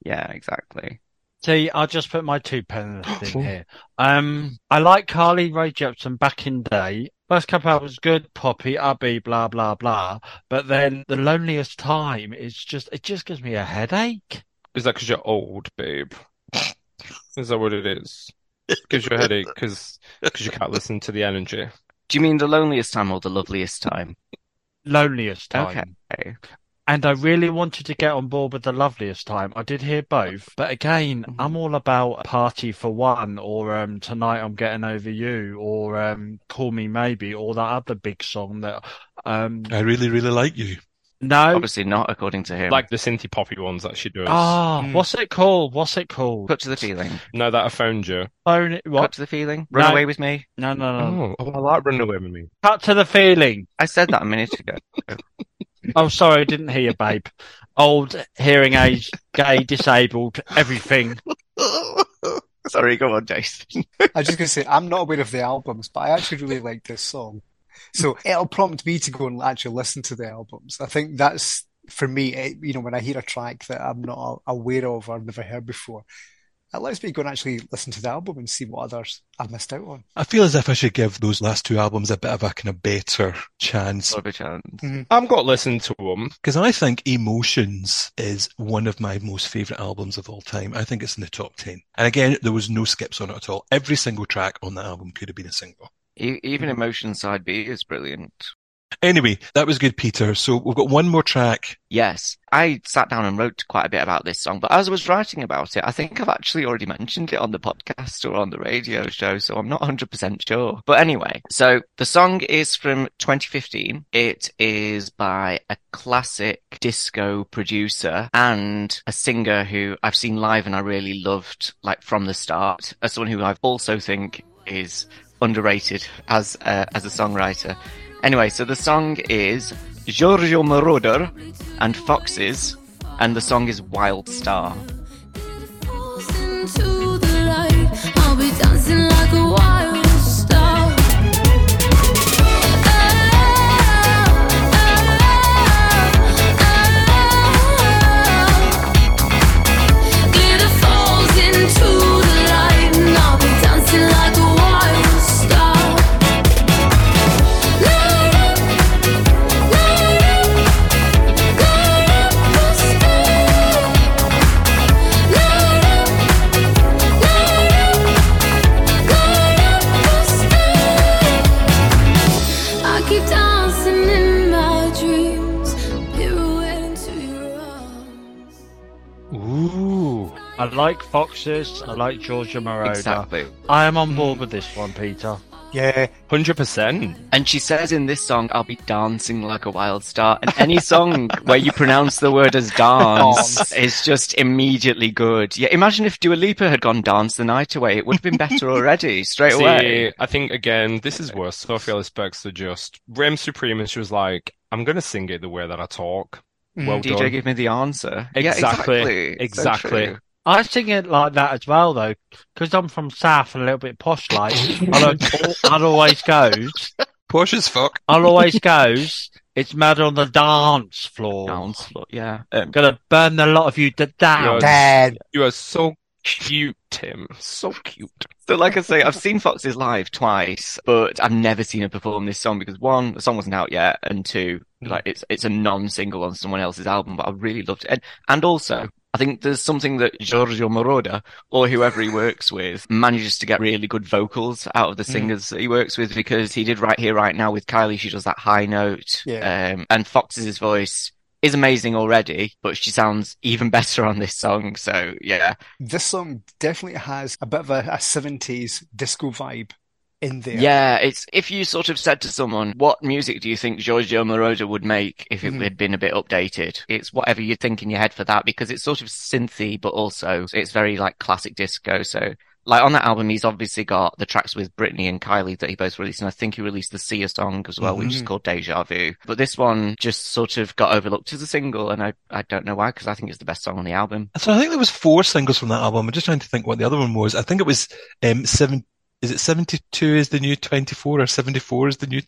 Speaker 4: Yeah, exactly.
Speaker 5: See, I'll just put my two pence in here. Um, I like Carly Rae Jepsen back in day. First couple albums good, poppy, ubby, blah blah blah. But then the loneliest time is just it just gives me a headache.
Speaker 3: Is that because you're old, <laughs> babe? Is that what it is? <laughs> Gives <laughs> you
Speaker 1: <laughs>
Speaker 3: a headache because you can't listen to the energy.
Speaker 4: Do you mean the loneliest time or the loveliest time?
Speaker 5: Loneliest time.
Speaker 4: Okay.
Speaker 5: And I really wanted to get on board with the loveliest time. I did hear both, but again, I'm all about party for one, or um, tonight I'm getting over you, or um, call me maybe, or that other big song that um,
Speaker 1: I really, really like you.
Speaker 5: no,
Speaker 4: Obviously not, according to him.
Speaker 3: Like the synthy poppy ones that she does.
Speaker 5: ah,
Speaker 3: Mm.
Speaker 5: what's it called? What's it called?
Speaker 4: Cut to the feeling.
Speaker 3: Now that I found you.
Speaker 5: Phone it,
Speaker 4: Cut
Speaker 5: what?
Speaker 4: to the feeling. Run
Speaker 5: No.
Speaker 4: away with me.
Speaker 5: No, no, no.
Speaker 3: Oh, oh, I like running away with me.
Speaker 5: Cut to the feeling.
Speaker 4: I said that a minute ago.
Speaker 5: Oh, sorry, I didn't hear you, babe. Old, hearing aids, gay, disabled, everything.
Speaker 4: Sorry, go on, Jason.
Speaker 2: I was just going to say, I'm not aware of the albums, but I actually really like this song. So it'll prompt me to go and actually listen to the albums. I think that's, for me, it, you know, when I hear a track that I'm not aware of or never heard before, it lets me go and actually listen to the album and see what others I've missed out on.
Speaker 1: I feel as if I should give those last two albums a bit of a kind of better chance
Speaker 4: Sort of a chance.
Speaker 3: I'm going to listen to them.
Speaker 1: because I think Emotions is one of my most favourite albums of all time. I think it's in the top 10. And again, there was no skips on it at all. Every single track on that album could have been a single.
Speaker 4: E- even Emotion Side B is brilliant.
Speaker 1: Anyway, that was good, Peter. So we've got one more track.
Speaker 4: Yes, I sat down and wrote quite a bit about this song, but as I was writing about it, I think I've actually already mentioned it on the podcast or on the radio show, so I'm not 100% sure. But anyway, so the song is from 2015. It is by a classic disco producer and a singer who I've seen live and I really loved, like from the start, as someone who I also think is underrated as a, as a songwriter. Anyway, so the song is Giorgio Moroder and Foxes, and the song is Wild Star.
Speaker 6: Into the light, I'll be dancing like a wild star. Glitter falls into the light, and I'll be dancing like a wild star. Light up, light up, light
Speaker 5: I like Foxes. I like Georgia Moroder.
Speaker 4: Exactly. Mm.
Speaker 5: I am on board with this one, Peter.
Speaker 2: Yeah,
Speaker 3: Hundred percent.
Speaker 4: And she says in this song, I'll be dancing like a wild star. And any song <laughs> where you pronounce the word as dance
Speaker 2: Dance.
Speaker 4: is just immediately good. Yeah, imagine if Dua Lipa had gone dance the night away. It would have
Speaker 3: <laughs>
Speaker 4: been better already, straight away.
Speaker 3: See, I think again, this is worse. Sophia Lisbeck's the just Rem Supreme, and she was like, "I'm gonna sing it the way that I talk."
Speaker 2: Mm.
Speaker 3: Well
Speaker 4: DJ,
Speaker 3: done.
Speaker 4: give me the answer.
Speaker 3: Exactly,
Speaker 4: Yeah, exactly. So
Speaker 3: exactly.
Speaker 4: true.
Speaker 5: I sing it like that as well, though, because I'm from South and a little bit posh like. I'll, I'll always goes.
Speaker 1: Posh as fuck.
Speaker 5: I'll always goes. It's mad on the dance floor.
Speaker 4: Dance floor, yeah. Um,
Speaker 5: Gonna burn a lot of you to down.
Speaker 3: Yeah.
Speaker 2: Dad.
Speaker 3: You are so cute, Tim. So cute.
Speaker 4: So, like I say, I've seen Foxes live twice, but I've never seen her perform this song because one, the song wasn't out yet, and two, like it's it's a non-single on someone else's album. But I really loved it, and and also I think there's something that Giorgio Moroder or whoever he works with manages to get really good vocals out of the singers that he works with because he did right here, right now with Kylie. She does that high note,
Speaker 2: Yeah.
Speaker 4: um, and Fox's voice. Is amazing already, but she sounds even <laughs> better on this song. So yeah,
Speaker 2: This song definitely has a bit of a, a 70s disco vibe in there.
Speaker 4: Yeah, it's if you sort of said to someone, "What music do you think Giorgio Moroder would make if it
Speaker 2: Mhm.
Speaker 4: had been a bit updated?" It's whatever you think in your head for that because it's sort of synthy, but also it's very like classic disco. So, like on that album, he's obviously got the tracks with Britney and Kylie that he both released, and I think he released the Sia song as well, which is
Speaker 2: Mhm.
Speaker 4: called Deja Vu. But this one just sort of got overlooked as a single, and I I don't know why because I think it's the best song on the album.
Speaker 1: So I think there was four singles from that album. I'm just trying to think what the other one was. I think it was um seven. Is it 72 is the new 24 or 74 is the new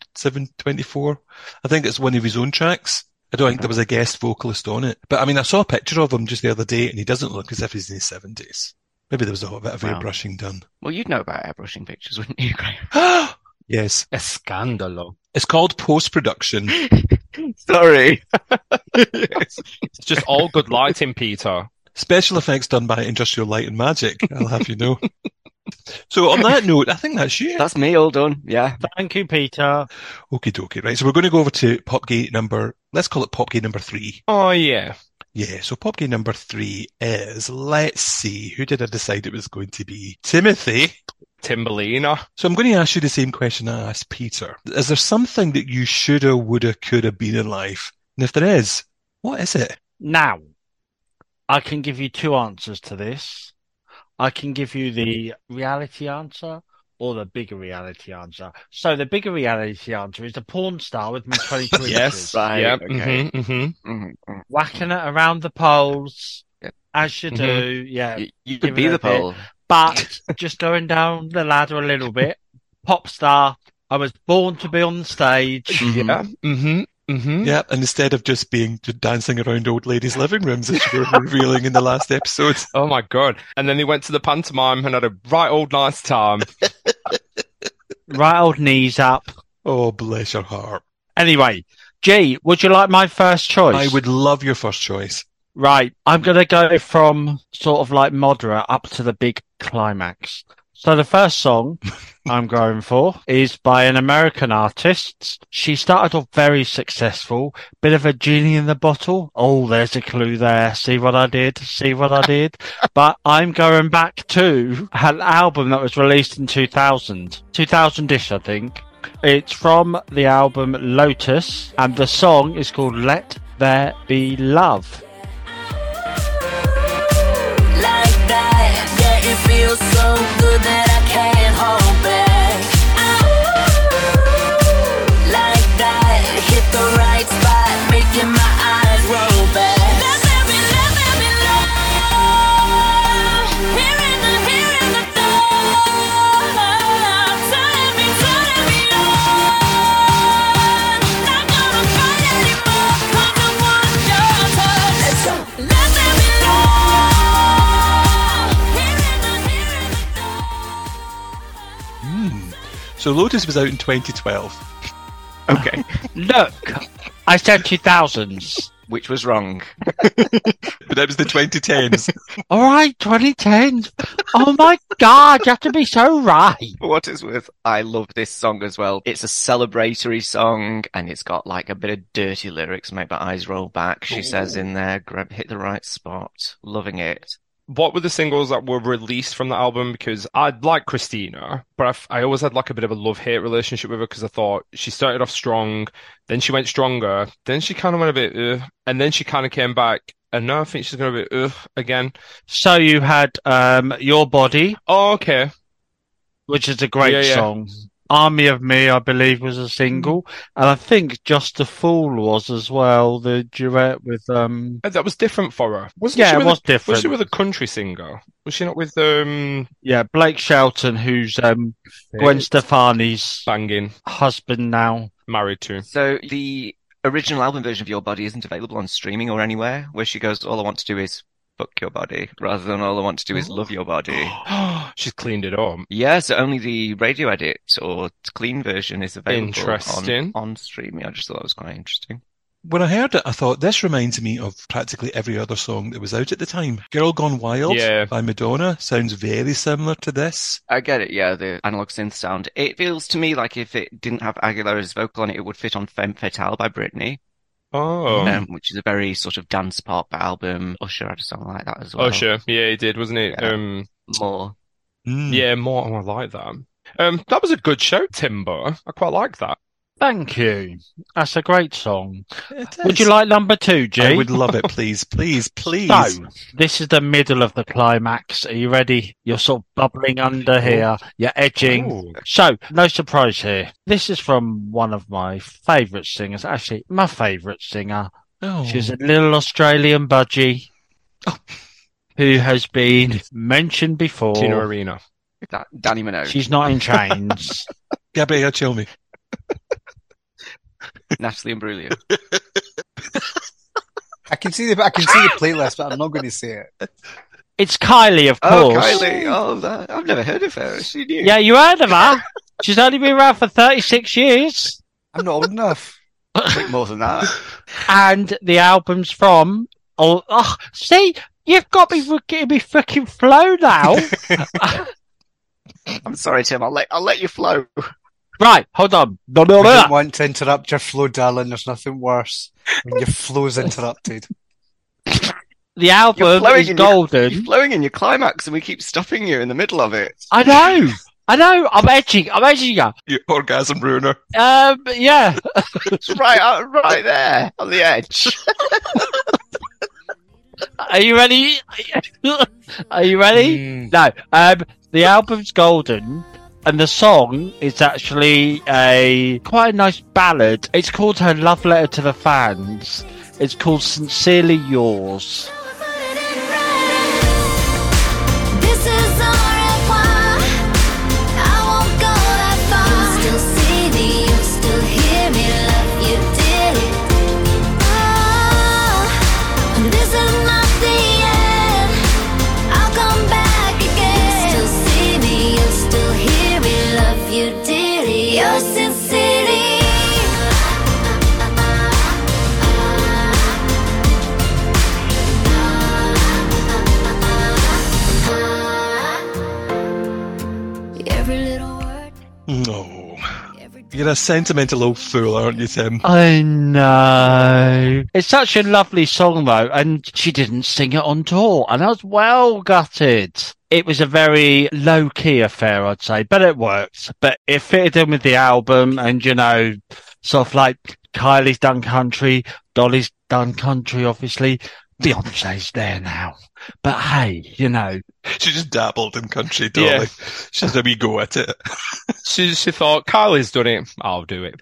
Speaker 1: 724? I think it's one of his own tracks. I don't think there was a guest vocalist on it. But I mean, I saw a picture of him just the other day and he doesn't look as if he's in his 70s. Maybe there was a whole bit of
Speaker 4: Wow.
Speaker 1: airbrushing done. <gasps>
Speaker 4: Well, you'd know about airbrushing pictures, wouldn't you, Graham?
Speaker 1: yes.
Speaker 3: A scandalo.
Speaker 1: It's called post production.
Speaker 4: <laughs> Sorry.
Speaker 3: It's just all good lighting, Peter.
Speaker 1: Special effects done by Industrial Light and Magic, I'll have you know. so on that note, I think that's you.
Speaker 4: That's me all done. Yeah.
Speaker 5: Thank you, Peter.
Speaker 1: Okie dokie, right. So we're going to go over to Popgate number, let's call it Popgate number three.
Speaker 3: Oh yeah.
Speaker 1: Yeah, so Popgate number three is, let's see, who did I decide it was going to be? Timothy.
Speaker 3: Timberlina.
Speaker 1: So I'm going to ask you the same question I asked Peter. Is there something that you shoulda, woulda, coulda been in life? And if there is, what is it?
Speaker 5: Now, I can give you two answers to this. I can give you the reality answer or the bigger reality answer. So the bigger reality answer is the porn star with my 22
Speaker 3: Yes.
Speaker 5: inches.
Speaker 4: Right,
Speaker 3: Yeah.
Speaker 4: okay.
Speaker 3: mhm, mhm.
Speaker 4: Mhm, mhm.
Speaker 5: whacking it around the poles
Speaker 4: Yeah.
Speaker 5: as you
Speaker 3: Mhm.
Speaker 5: do. Yeah,
Speaker 4: You, you
Speaker 5: give
Speaker 4: could be
Speaker 5: it a
Speaker 4: the
Speaker 5: bit.
Speaker 4: pole.
Speaker 5: but just going down the ladder a little bit. Pop star. I was born to be on the stage.
Speaker 4: Mhm.
Speaker 3: Yeah. Mhm. Mhm.
Speaker 1: Yeah, and instead of just being just dancing around old ladies' living rooms, as you were revealing in the last episode.
Speaker 3: Oh my god! And then he went to the pantomime and had a right old nice time.
Speaker 5: Right old knees up.
Speaker 1: Oh, bless your heart.
Speaker 5: Anyway, G, would you like my first choice?
Speaker 1: I would love your first choice.
Speaker 5: Right. I'm going to go from sort of like moderate up to the big climax. So the first song I'm going for is by an American artist. She started off very successful. Bit of a genie in the bottle. Oh, there's a clue there. See what I did? See what I did? but I'm going back to an album that was released in 2000. 2000-ish, I think. It's from the album Lotus and the song is called Let There Be Love.
Speaker 7: Like that, yeah, it feels so good that I can't hold back. Like that, hit the right spot, making my eyes roll back. Let there be, let there be love. Here in the, here in the dark, turning me, turning me on. Not gonna fight anymore, 'cause I want your touch. Let there be love. Here in the, here in the dark.
Speaker 1: So Lotus was out in 2012.
Speaker 4: Okay.
Speaker 5: Look, I said 2000s.
Speaker 4: Which was wrong.
Speaker 1: But that was the 2010s.
Speaker 5: All right, 2010s. Oh my God, you have to be so right.
Speaker 4: For what it's worth, I love this song as well. It's a celebratory song and it's got like a bit of dirty lyrics, make my eyes roll back. She says in there, grab, hit the right spot. Loving it.
Speaker 3: what were the singles that were released from the album? Because I'd like Christina, but I f- I, always had like a bit of a love hate relationship with her because I thought she started off strong, then she went stronger, then she kind of went a bit, Ugh, and then she kind of came back. And now I think she's going to be Ugh, again.
Speaker 5: So you had um, Your Body,
Speaker 3: Oh, okay.
Speaker 5: which is a great
Speaker 3: Yeah, yeah. Mm.
Speaker 5: song. Army of Me, I believe, was a single, and I think Just a Fool was as well. The duet with um,
Speaker 3: Uh, That was different for her. Wasn't
Speaker 5: yeah,
Speaker 3: she
Speaker 5: it
Speaker 3: with
Speaker 5: was
Speaker 3: a, was
Speaker 5: different.
Speaker 3: she with a country singer? Was she not with um
Speaker 5: Yeah, Blake Shelton, who's um, Gwen Stefani's
Speaker 3: banging
Speaker 5: husband now.
Speaker 3: married
Speaker 4: <gasps>
Speaker 3: to? <gasps>
Speaker 4: So the original album version of Your Body isn't available on streaming or anywhere, where she goes, All I want to do is fuck your body, rather than all I want to do is love your body.
Speaker 3: She's cleaned it up.
Speaker 4: Yeah, so only the radio edit or clean version is available on-
Speaker 3: Interesting.
Speaker 4: On, streaming. I just thought that was quite interesting.
Speaker 1: When I heard it, I thought this reminds me of practically every other song that was out at the time. Girl Gone Wild
Speaker 3: Yeah.
Speaker 1: by Madonna sounds very similar to this.
Speaker 4: I get it, yeah, the analog synth sound. It feels to me like if it didn't have Aguilera's vocal on it, it would fit on Femme Fatale by Britney,
Speaker 3: Oh,
Speaker 4: um, which is a very sort of dance pop album. Usher had a song like that as well.
Speaker 3: oh sure, yeah, he did, wasn't it?
Speaker 4: Yeah.
Speaker 3: Um,
Speaker 4: More.
Speaker 1: Mm.
Speaker 3: Yeah, more. Oh, I like that. Um, that was a good show, Timber. I quite like that.
Speaker 5: Thank you. That's a great song.
Speaker 1: It
Speaker 5: Would you
Speaker 1: is.
Speaker 5: like number two, G?
Speaker 1: I would love it, please,
Speaker 5: <laughs>
Speaker 1: please, please.
Speaker 5: So, this is the middle of the climax. Are you ready? You're sort of bubbling under here. You're edging.
Speaker 3: Ooh.
Speaker 5: So, no surprise here. This is from one of my favourite singers. Actually, my favourite singer.
Speaker 1: Oh.
Speaker 5: She's a little Australian budgie who has been mentioned before.
Speaker 3: Tina Arena.
Speaker 4: That, Danny Minogue.
Speaker 5: She's not in chains. <laughs>
Speaker 1: Gabrielle Chilmi.
Speaker 4: Natalie Imbruglia.
Speaker 2: I can see the I can see the playlist, but I'm not going to say it.
Speaker 5: it's Kylie, of
Speaker 4: Oh,
Speaker 5: course.
Speaker 4: Kylie. Oh, that, I've never heard of her. Is she new?
Speaker 5: Yeah, you heard of her. She's only been around for 36 years.
Speaker 2: I'm not old enough.
Speaker 4: I think more than that.
Speaker 5: and the album's from. Oh, oh see, you've got me getting me fucking flow
Speaker 4: <laughs>
Speaker 5: now.
Speaker 4: I'm sorry, Tim. I'll let I'll let you flow.
Speaker 5: right, hold on.
Speaker 2: I don't want to interrupt your flow, darling. There's nothing worse when your
Speaker 5: <laughs>
Speaker 2: flow's interrupted. <laughs>
Speaker 5: The
Speaker 4: You're
Speaker 5: album
Speaker 4: flowing
Speaker 5: is
Speaker 4: in your- You're
Speaker 5: golden.
Speaker 4: flowing in your climax, and we keep stopping you in the middle of it.
Speaker 5: I know. I know. I'm edging. I'm edging her.
Speaker 1: You orgasm ruiner.
Speaker 5: Um, yeah.
Speaker 4: It's <laughs> right out, right there on the edge.
Speaker 5: Are you ready? <laughs> Are you ready?
Speaker 4: Mm.
Speaker 5: No. Um, the album's golden, and the song is actually a quite a nice ballad. It's called her love letter to the fans. It's called "Sincerely Yours."
Speaker 6: This is all revoir. I won't go that far. Still see me, you still hear me, love. You did it. Oh, this is not the end. I'll come back again. Still see me, you still hear me, love. You did it. You're sincere. Every little word,
Speaker 1: No.
Speaker 6: every
Speaker 1: You're a sentimental old fool, aren't you, Tim?
Speaker 3: Uh,
Speaker 5: I know. It's such a lovely song, though, and she didn't sing it on tour, and I was well gutted. It was a very low key affair, I'd say, but it worked. But it fitted in with the album, and you know, sort of like Kylie's done country, Dolly's done country, obviously. Beyonce's there now. But hey, you know,
Speaker 1: She just dabbled in country,
Speaker 3: Yeah.
Speaker 1: darling. She had a wee go at it.
Speaker 3: She she thought Kylie's done it. I'll do it.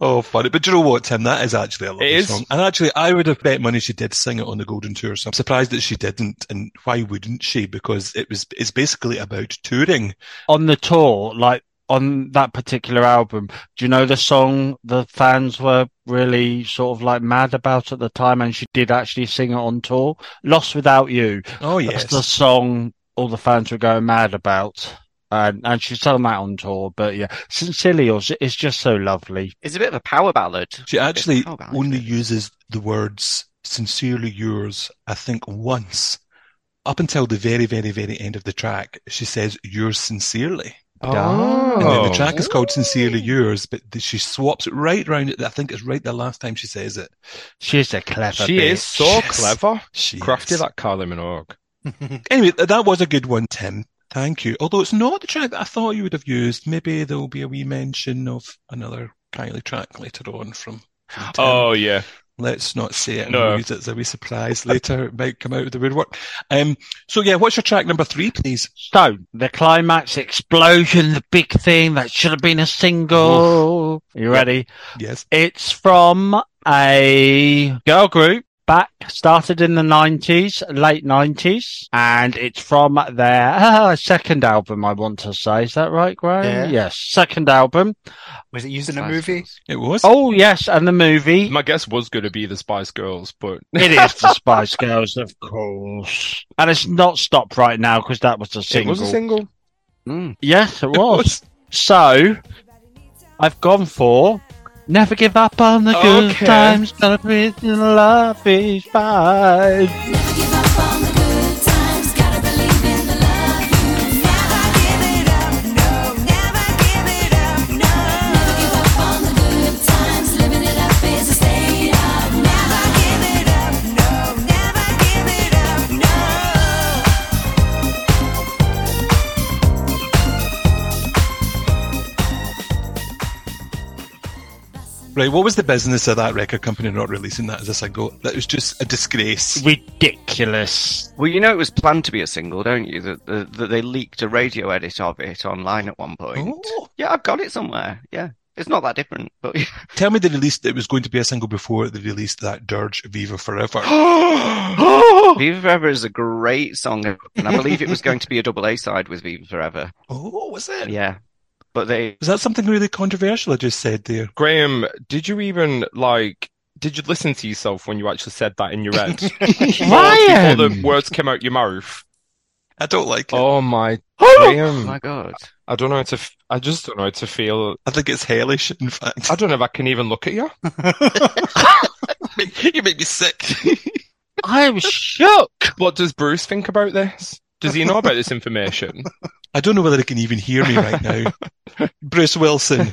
Speaker 1: Oh, funny. But do you know what, Tim? That is actually a lovely
Speaker 3: It is.
Speaker 1: song. And actually, I would have bet money she did sing it on the Golden Tour. So I'm surprised that she didn't. And why wouldn't she? Because it was it's basically about touring.
Speaker 5: on the tour, like on that particular album, do you know the song the fans were really sort of like mad about at the time? And she did actually sing it on tour. Lost Without You.
Speaker 1: Oh,
Speaker 5: That's
Speaker 1: yes.
Speaker 5: the song all the fans were going mad about. And, and she's done that on tour. But yeah, Sincerely Yours is just so lovely.
Speaker 4: It's a bit of a power ballad.
Speaker 1: She actually
Speaker 4: How about
Speaker 1: only
Speaker 4: it?
Speaker 1: uses the words sincerely yours, I think, once. Up until the very, very, very end of the track, she says yours sincerely. And then the
Speaker 3: Oh.
Speaker 1: track is called Sincerely Yours, but th- she swaps it right round. It. I think it's right the last time she says it.
Speaker 5: She's a clever
Speaker 3: She
Speaker 5: bitch.
Speaker 3: is so
Speaker 1: Yes.
Speaker 3: clever.
Speaker 1: She
Speaker 3: Crafty,
Speaker 1: is.
Speaker 3: that Kylie Minogue.
Speaker 1: Anyway, th- that was a good one, Tim. Thank you. Although it's not the track that I thought you would have used. Maybe there will be a wee mention of another Kylie track later on from. from Tim.
Speaker 3: Oh, yeah.
Speaker 1: Let's not say it. and
Speaker 3: No.
Speaker 1: we'll use it as a wee surprise later. It might come out of the woodwork. Um, so yeah, what's your track number three, please?
Speaker 5: So the climax explosion, the big thing that should have been a single. You ready?
Speaker 1: Yes.
Speaker 5: It's from a girl group back started in the 90s, late 90s, and it's from their uh, second album, I want to say. Is that right, Graham?
Speaker 2: Yeah.
Speaker 5: Yes, second album.
Speaker 2: Was it used in a movie?
Speaker 1: It was.
Speaker 5: Oh, yes, and the movie.
Speaker 3: <laughs> My guess was going to be the Spice Girls, but
Speaker 5: It is the Spice Girls, of course. And it's not stopped right now because that was a
Speaker 3: it
Speaker 5: single.
Speaker 3: was a single.
Speaker 5: Yes, it was. So, I've gone for never give up on the good
Speaker 3: Okay.
Speaker 5: times. Gonna be in love is fine.
Speaker 6: Never give up on the good times. Gotta believe in the love you
Speaker 7: Never give it up, no. Never give it up, no.
Speaker 6: Never give up on the good times. Living it up is a state of
Speaker 7: Never give it up, no. Never give it up, no.
Speaker 1: Right. What was the business of that record company not releasing that as a single? That was just a disgrace.
Speaker 5: <laughs> Ridiculous.
Speaker 4: Well, you know it was planned to be a single, don't you? That that that they leaked a radio edit of it online at one point.
Speaker 1: Oh.
Speaker 4: Yeah, I've got it somewhere. Yeah, it's not that different, but <laughs>
Speaker 1: Tell me they released it was going to be a single before they released that Dirge Viva
Speaker 3: <gasps>
Speaker 1: Forever.
Speaker 2: Oh.
Speaker 4: Viva Forever is a great song, and I believe it was going to be a double A side with Viva Forever.
Speaker 1: oh, was it?
Speaker 4: Yeah, but they
Speaker 1: Was that something really controversial I just said there?
Speaker 3: <gasps> Graham, did you even like? Did you listen to yourself when you actually said that in your head? Before
Speaker 5: Ryan!
Speaker 3: the words came out your mouth.
Speaker 1: I don't like it.
Speaker 3: Oh my,
Speaker 2: Hmm.
Speaker 4: Oh
Speaker 3: Graham!
Speaker 4: my god.
Speaker 3: I don't know how to. F- I just don't know how to feel.
Speaker 1: I think it's hellish, in fact.
Speaker 3: I don't know if I can even look at you.
Speaker 1: <laughs> you make me sick.
Speaker 5: I'm shook.
Speaker 3: What does Bruce think about this? Does he know about this information?
Speaker 1: I don't know whether they can even hear me right now.
Speaker 3: <laughs>
Speaker 1: Bruce Wilson,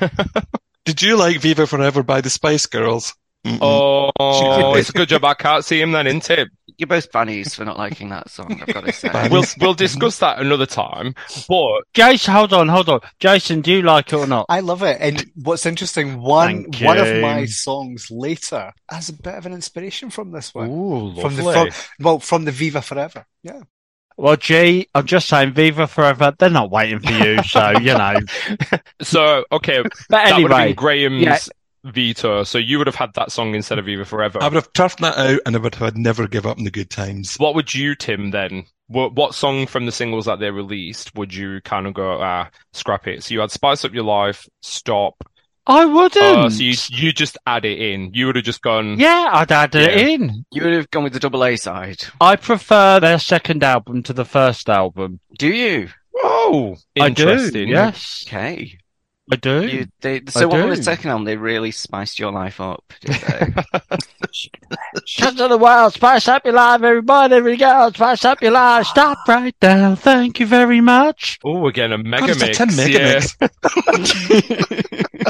Speaker 1: did you like Viva Forever by the Spice Girls? Mm-mm.
Speaker 3: oh,
Speaker 1: Sure.
Speaker 3: it's a good job I can't see him then, isn't it?
Speaker 4: You're both bunnies for not liking that song, I've got
Speaker 2: <laughs>
Speaker 4: to say.
Speaker 1: Bunnies.
Speaker 3: We'll we'll discuss that another time. But
Speaker 5: Jason, hold on, hold on. Jason, do you like it or not?
Speaker 2: I love it. And what's interesting, one
Speaker 5: Thank
Speaker 2: one of
Speaker 5: you.
Speaker 2: my songs later has a bit of an inspiration from this one.
Speaker 3: ooh,
Speaker 2: From the from, well, from the Viva Forever. Yeah.
Speaker 5: Well, gee, I'm just saying, Viva Forever, they're not waiting for you, so, <laughs> you know.
Speaker 3: so okay,
Speaker 5: But
Speaker 3: that would have been
Speaker 5: anyway,
Speaker 3: Graham's
Speaker 5: yeah.
Speaker 3: veto. So you would have had that song instead of Viva Forever.
Speaker 1: I would have turfed that out and I would have never give up on the good times.
Speaker 3: What would you, Tim, then? What, what song from the singles that they released would you kind of go, ah, scrap it? So you had Spice Up Your Life, Stop.
Speaker 5: I wouldn't.
Speaker 3: Uh, so you, you just add it in. You would have just gone,
Speaker 5: Yeah, I'd add it
Speaker 3: Yeah.
Speaker 5: in.
Speaker 4: You would have gone with the double A side.
Speaker 5: I prefer their second album to the first album.
Speaker 4: Do you?
Speaker 3: whoa,
Speaker 5: I
Speaker 3: interesting.
Speaker 5: do. Yes,
Speaker 4: Okay.
Speaker 5: I do.
Speaker 4: You, they, so on the
Speaker 5: do.
Speaker 4: second album, they really spiced your life up,
Speaker 3: <laughs>
Speaker 4: did they?
Speaker 5: Cut to the wild, spice up your life, everybody, every girl, spice up your life. Stop right now, thank you very much.
Speaker 3: Oh, again, a mega
Speaker 1: God, it's a
Speaker 3: mix.
Speaker 1: 10 mega
Speaker 3: yeah.
Speaker 1: mix.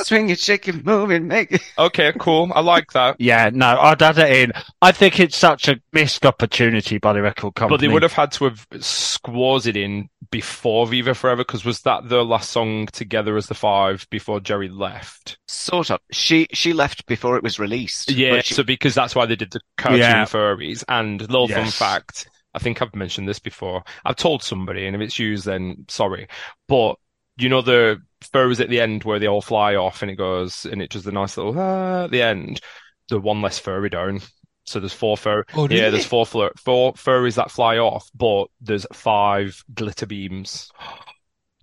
Speaker 4: Swing your chicken, move and make it.
Speaker 3: <laughs> Okay, cool. I like that.
Speaker 5: Yeah, no, I'd add it in. I think it's such a missed opportunity by the record company.
Speaker 3: But they would have had to have squaws it in before Viva Forever because was that their last song together as the five before Jerry left?
Speaker 4: Sort of. She she left before it was released.
Speaker 3: Yeah,
Speaker 4: But she-
Speaker 3: so because that's why they did the cartoon
Speaker 5: Yeah.
Speaker 3: furries. And little fun
Speaker 5: Yes.
Speaker 3: fact, I think I've mentioned this before. I've told somebody, and if it's used, then sorry. But you know the furries at the end where they all fly off, and it goes, and it does the nice little ah, at the end. The one less furry down. So there's four fur.
Speaker 1: Oh,
Speaker 3: Yeah,
Speaker 1: really?
Speaker 3: there's four flur- four furries that fly off, but there's five glitter beams. <gasps>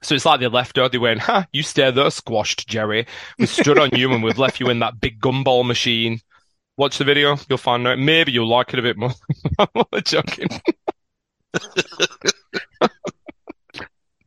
Speaker 3: So it's like they left her. They went, "Ha! You stare there, squashed Jerry. We stood on you and we've left you in that big gumball machine." Watch the video. You'll find out. Maybe you'll like it a bit more. <laughs> I'm only joking.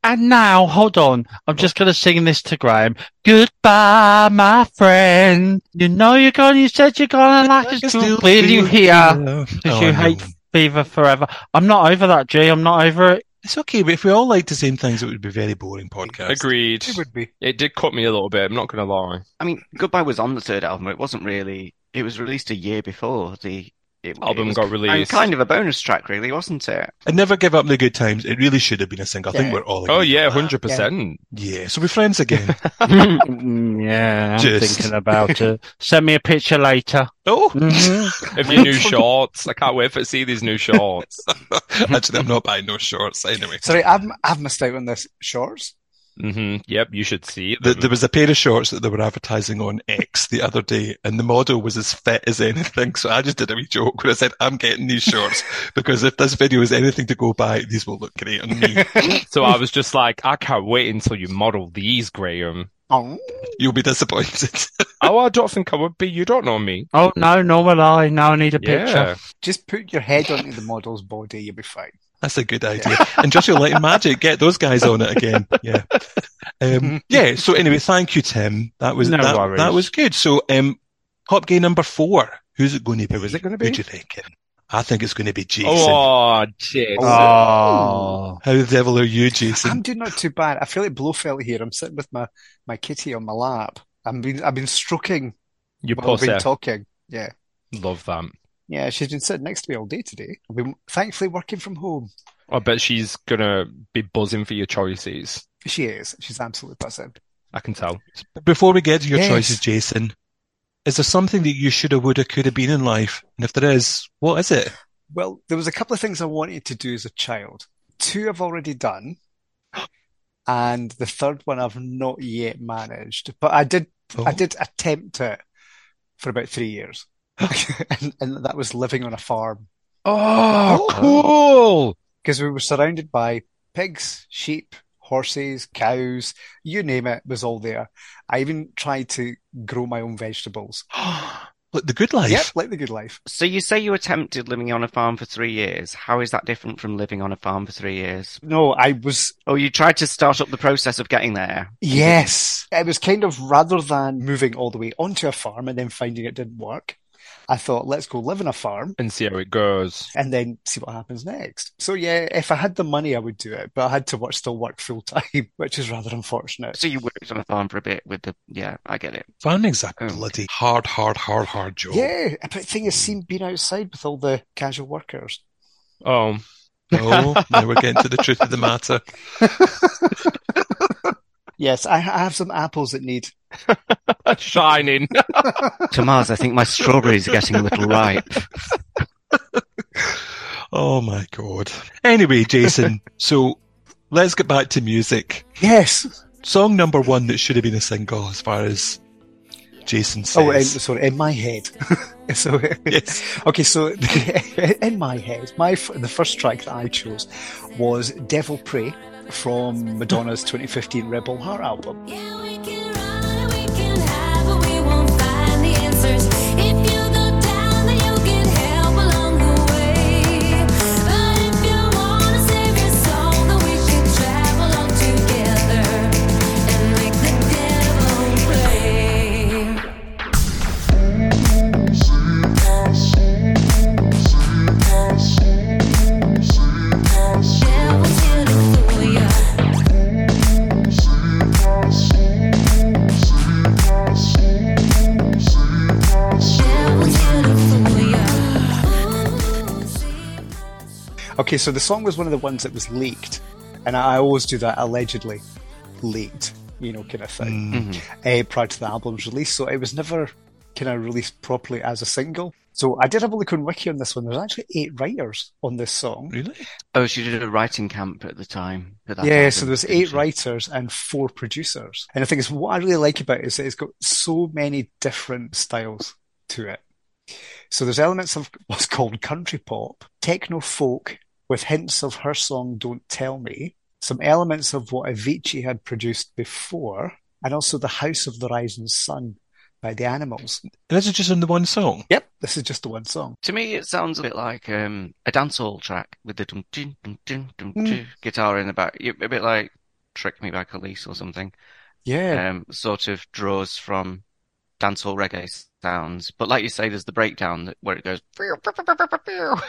Speaker 5: And now, hold on, I'm just going to sing this to Graham. Goodbye, my friend. You know you're going, you said you're going to like us,
Speaker 1: Still
Speaker 5: will you
Speaker 1: feel-
Speaker 5: here?
Speaker 1: Yeah.
Speaker 5: Because
Speaker 1: Oh,
Speaker 5: you
Speaker 1: I
Speaker 5: hate
Speaker 1: know.
Speaker 5: Beaver forever. I'm not over that, G. I'm not over it.
Speaker 1: It's okay, but if we all liked the same things, it would be a very boring podcast.
Speaker 3: Agreed.
Speaker 2: It would be.
Speaker 3: It did cut me a little bit. I'm not going to lie.
Speaker 4: I mean, Goodbye was on the third album. It wasn't really. It was released a year before the it,
Speaker 3: Album
Speaker 4: it was
Speaker 3: got
Speaker 4: kind-
Speaker 3: released.
Speaker 4: Kind of a bonus track, really, wasn't it?
Speaker 1: And never give up the good times. It really should have been a single. I think
Speaker 2: Yeah.
Speaker 1: we're all.
Speaker 3: Oh
Speaker 1: agreed
Speaker 3: yeah,
Speaker 1: on that.
Speaker 3: hundred percent.
Speaker 1: Yeah, so we're friends
Speaker 3: <laughs>
Speaker 1: again.
Speaker 3: Hmm.
Speaker 4: <laughs>
Speaker 5: Mm, yeah, I'm
Speaker 1: Just-
Speaker 5: thinking about it. Send me a picture later.
Speaker 1: <laughs>
Speaker 5: Mm-hmm.
Speaker 1: oh,
Speaker 3: Of
Speaker 4: <laughs>
Speaker 3: your new shorts, I can't wait for to see these new shorts.
Speaker 1: <laughs> actually, I'm not buying no shorts
Speaker 3: <laughs>
Speaker 1: anyway.
Speaker 2: Sorry, I've I've missed out on this shorts.
Speaker 3: hmm Yep, you should see
Speaker 1: Th-
Speaker 3: them.
Speaker 1: There was a pair of shorts that they were advertising on X the other day, and the model was as fit as anything. So I just did a wee joke when I said, I'm getting these
Speaker 3: <laughs>
Speaker 1: shorts because if this video is anything to go by, these will look great on
Speaker 3: <laughs>
Speaker 1: me.
Speaker 3: so I was just like, I can't wait until you model these, Graham.
Speaker 2: Oh,
Speaker 1: You'll be disappointed. <laughs>
Speaker 3: Oh, I don't think I would be. You don't know me.
Speaker 5: Oh no, nor will I. Now I need a
Speaker 3: Yeah.
Speaker 5: picture.
Speaker 2: just put your head onto the model's body, you'll be fine.
Speaker 1: That's a good
Speaker 3: <laughs>
Speaker 1: idea. And just your light and magic, get those guys on it again. Yeah.
Speaker 3: Mm-hmm.
Speaker 1: Um, yeah. So anyway, thank you, Tim. That was
Speaker 5: No
Speaker 1: that,
Speaker 5: worries.
Speaker 1: that was good. So um top gay number four. Who's it gonna be?
Speaker 3: Who is it gonna
Speaker 1: Who
Speaker 3: be?
Speaker 1: do you think? I think it's gonna be Jason.
Speaker 3: Oh, Jason.
Speaker 5: Oh,
Speaker 1: How the devil are you, Jason?
Speaker 2: I'm doing not too bad. I feel like Blofeld here. I'm sitting with my, my kitty on my lap. I've been I've been stroking
Speaker 3: you
Speaker 2: while I've been
Speaker 3: pussy.
Speaker 2: talking. Yeah.
Speaker 3: Love that.
Speaker 2: Yeah, she's been sitting next to me all day today. I've been thankfully working from home.
Speaker 3: I bet she's gonna be buzzing for your choices.
Speaker 2: She is. She's absolutely buzzing.
Speaker 3: I can tell.
Speaker 1: Before we get to your
Speaker 2: Yes.
Speaker 1: choices, Jason, is there something that you shoulda, woulda, coulda been in life? And if there is, what is it?
Speaker 2: Well, there was a couple of things I wanted to do as a child. Two I've already done, and the third one I've not yet managed. But I did I
Speaker 1: Oh.
Speaker 2: did attempt it for about three years. <laughs> And, and that was living on a farm.
Speaker 3: Oh, cool.
Speaker 2: because we were surrounded by pigs, sheep, horses, cows, you name it, was all there. I even tried to grow my own vegetables.
Speaker 1: <gasps> Look, the good life.
Speaker 2: Yep, like the good life.
Speaker 4: So you say you attempted living on a farm for three years. How is that different from living on a farm for three years?
Speaker 2: No, I was,
Speaker 4: Oh, you tried to start up the process of getting there.
Speaker 2: yes, it was kind of rather than moving all the way onto a farm and then finding it didn't work. I thought, let's go live on a farm
Speaker 3: And see how it goes.
Speaker 2: and then see what happens next. So yeah, if I had the money, I would do it, but I had to work, still work full time, <laughs> which is rather unfortunate.
Speaker 4: So you worked on a farm for a bit with the. Yeah, I get it. <laughs>
Speaker 1: Farming's a
Speaker 4: Oh.
Speaker 1: bloody hard, hard, hard, hard job.
Speaker 2: Yeah, but the thing is, seeing being outside with all the casual workers.
Speaker 3: Oh, <laughs>
Speaker 1: Oh, now we're getting to the truth of the matter.
Speaker 2: Yes, I, I have some apples that need.
Speaker 3: <laughs> shining.
Speaker 4: Tomas, I think my strawberries are getting a little
Speaker 2: <laughs>
Speaker 4: ripe.
Speaker 1: Oh my god. Anyway,
Speaker 2: <laughs>
Speaker 1: Jason, so let's get back to music.
Speaker 2: Yes.
Speaker 1: Song number one that should have been a single, as far as Jason says.
Speaker 2: Oh, in, sorry, in my head. <laughs> so,
Speaker 1: Yes.
Speaker 2: <laughs> okay, so in my head, my f- the first track that I chose was "Devil Prey" from Madonna's 2015 Rebel Heart album.
Speaker 6: Yeah, we can run and we can hide, but we won't find the answers. If you go down, then you'll get help along the way. But if you wanna save your soul, then we should travel on together and make the devil play. Devil's here to fool ya. Devil's here to fool ya. Ooh, see.
Speaker 2: Okay, so the song was one of the ones that was leaked, and I always do that allegedly leaked, you know, kind
Speaker 1: Mm.
Speaker 2: of thing,
Speaker 4: Mm-hmm.
Speaker 2: eh, prior to the album's release. So it was never kind of released properly as a single. So I did have a look on Wiki on this one. There's actually eight writers on this song.
Speaker 1: Really?
Speaker 4: Oh, she did a writing camp at the time. For that
Speaker 2: Yeah,
Speaker 4: album,
Speaker 2: so there's
Speaker 4: didn't
Speaker 2: eight
Speaker 4: she?
Speaker 2: writers and four producers. And I think it's what I really like about it is that it's got so many different styles to it. So there's elements of <laughs> what's called country pop, techno folk, with hints of her song Don't Tell Me, some elements of what Avicii had produced before, and also The House of the Rising Sun by The Animals.
Speaker 1: And this is just on the one song.
Speaker 2: Yep, this is just the one song.
Speaker 4: To me, it sounds a bit like um, a dancehall track with the dum dum dum dum dum
Speaker 2: Mm.
Speaker 4: doo guitar in the back. You- A bit like "Trick Me" by Khalees or something.
Speaker 2: Yeah.
Speaker 4: Um, sort of draws from dancehall reggae sounds. But like you say, there's the breakdown that- where it goes.
Speaker 2: <laughs>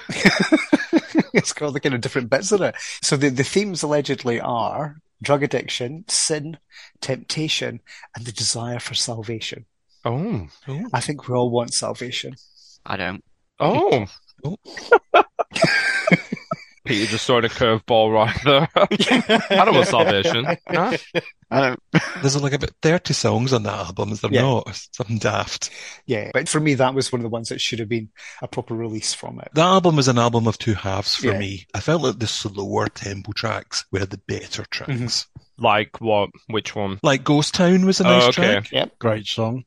Speaker 2: it's got all the kind of different bits in it. So the, the themes allegedly are drug addiction, sin, temptation, and the desire for salvation.
Speaker 3: Oh.
Speaker 2: I think we all want salvation.
Speaker 4: I don't.
Speaker 3: Oh.
Speaker 1: Oh.
Speaker 3: <laughs> Peter just sort of curveball right there. <laughs> I don't want salvation. Nah.
Speaker 4: I don't.
Speaker 1: There's like about 30 songs on that album, is there
Speaker 2: Yeah.
Speaker 1: not? Something daft.
Speaker 2: Yeah, but for me, that was one of the ones that should have been a proper release from it.
Speaker 1: That album is an album of two halves for
Speaker 2: Yeah.
Speaker 1: me. I felt like the slower tempo tracks were the better tracks.
Speaker 2: Mm-hmm.
Speaker 3: Like what? Which one?
Speaker 1: Like Ghost Town was a
Speaker 3: Oh,
Speaker 1: nice
Speaker 3: okay.
Speaker 1: track.
Speaker 5: Great song.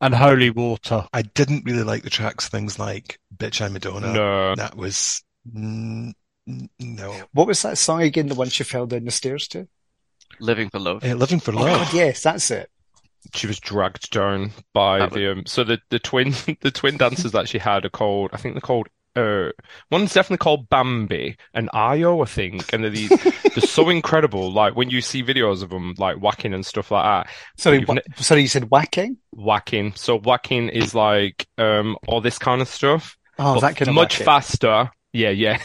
Speaker 5: And Holy Water.
Speaker 1: I didn't really like the tracks things like Bitch I'm Madonna.
Speaker 3: No.
Speaker 1: That was mm, n- no.
Speaker 2: What was that song again? The one she fell down the stairs to?
Speaker 4: Living for
Speaker 2: <laughs>
Speaker 4: love.
Speaker 1: Uh, Living for
Speaker 2: Oh, God,
Speaker 1: Love.
Speaker 2: yes, that's it.
Speaker 3: She was dragged down by
Speaker 4: That
Speaker 3: the um, so the the twin <laughs> the twin dancers that she had are called I think they're called uh one's definitely called Bambi and Ayo I think and they're these they're so incredible like when you see videos of them like whacking and stuff like that
Speaker 2: Sorry,
Speaker 3: You've
Speaker 2: wha- sorry, you said whacking?
Speaker 3: whacking so whacking is like um all this kind of stuff
Speaker 2: Oh,
Speaker 3: but
Speaker 2: that kind of
Speaker 3: much
Speaker 2: whacking.
Speaker 3: faster yeah
Speaker 2: <laughs>
Speaker 3: yeah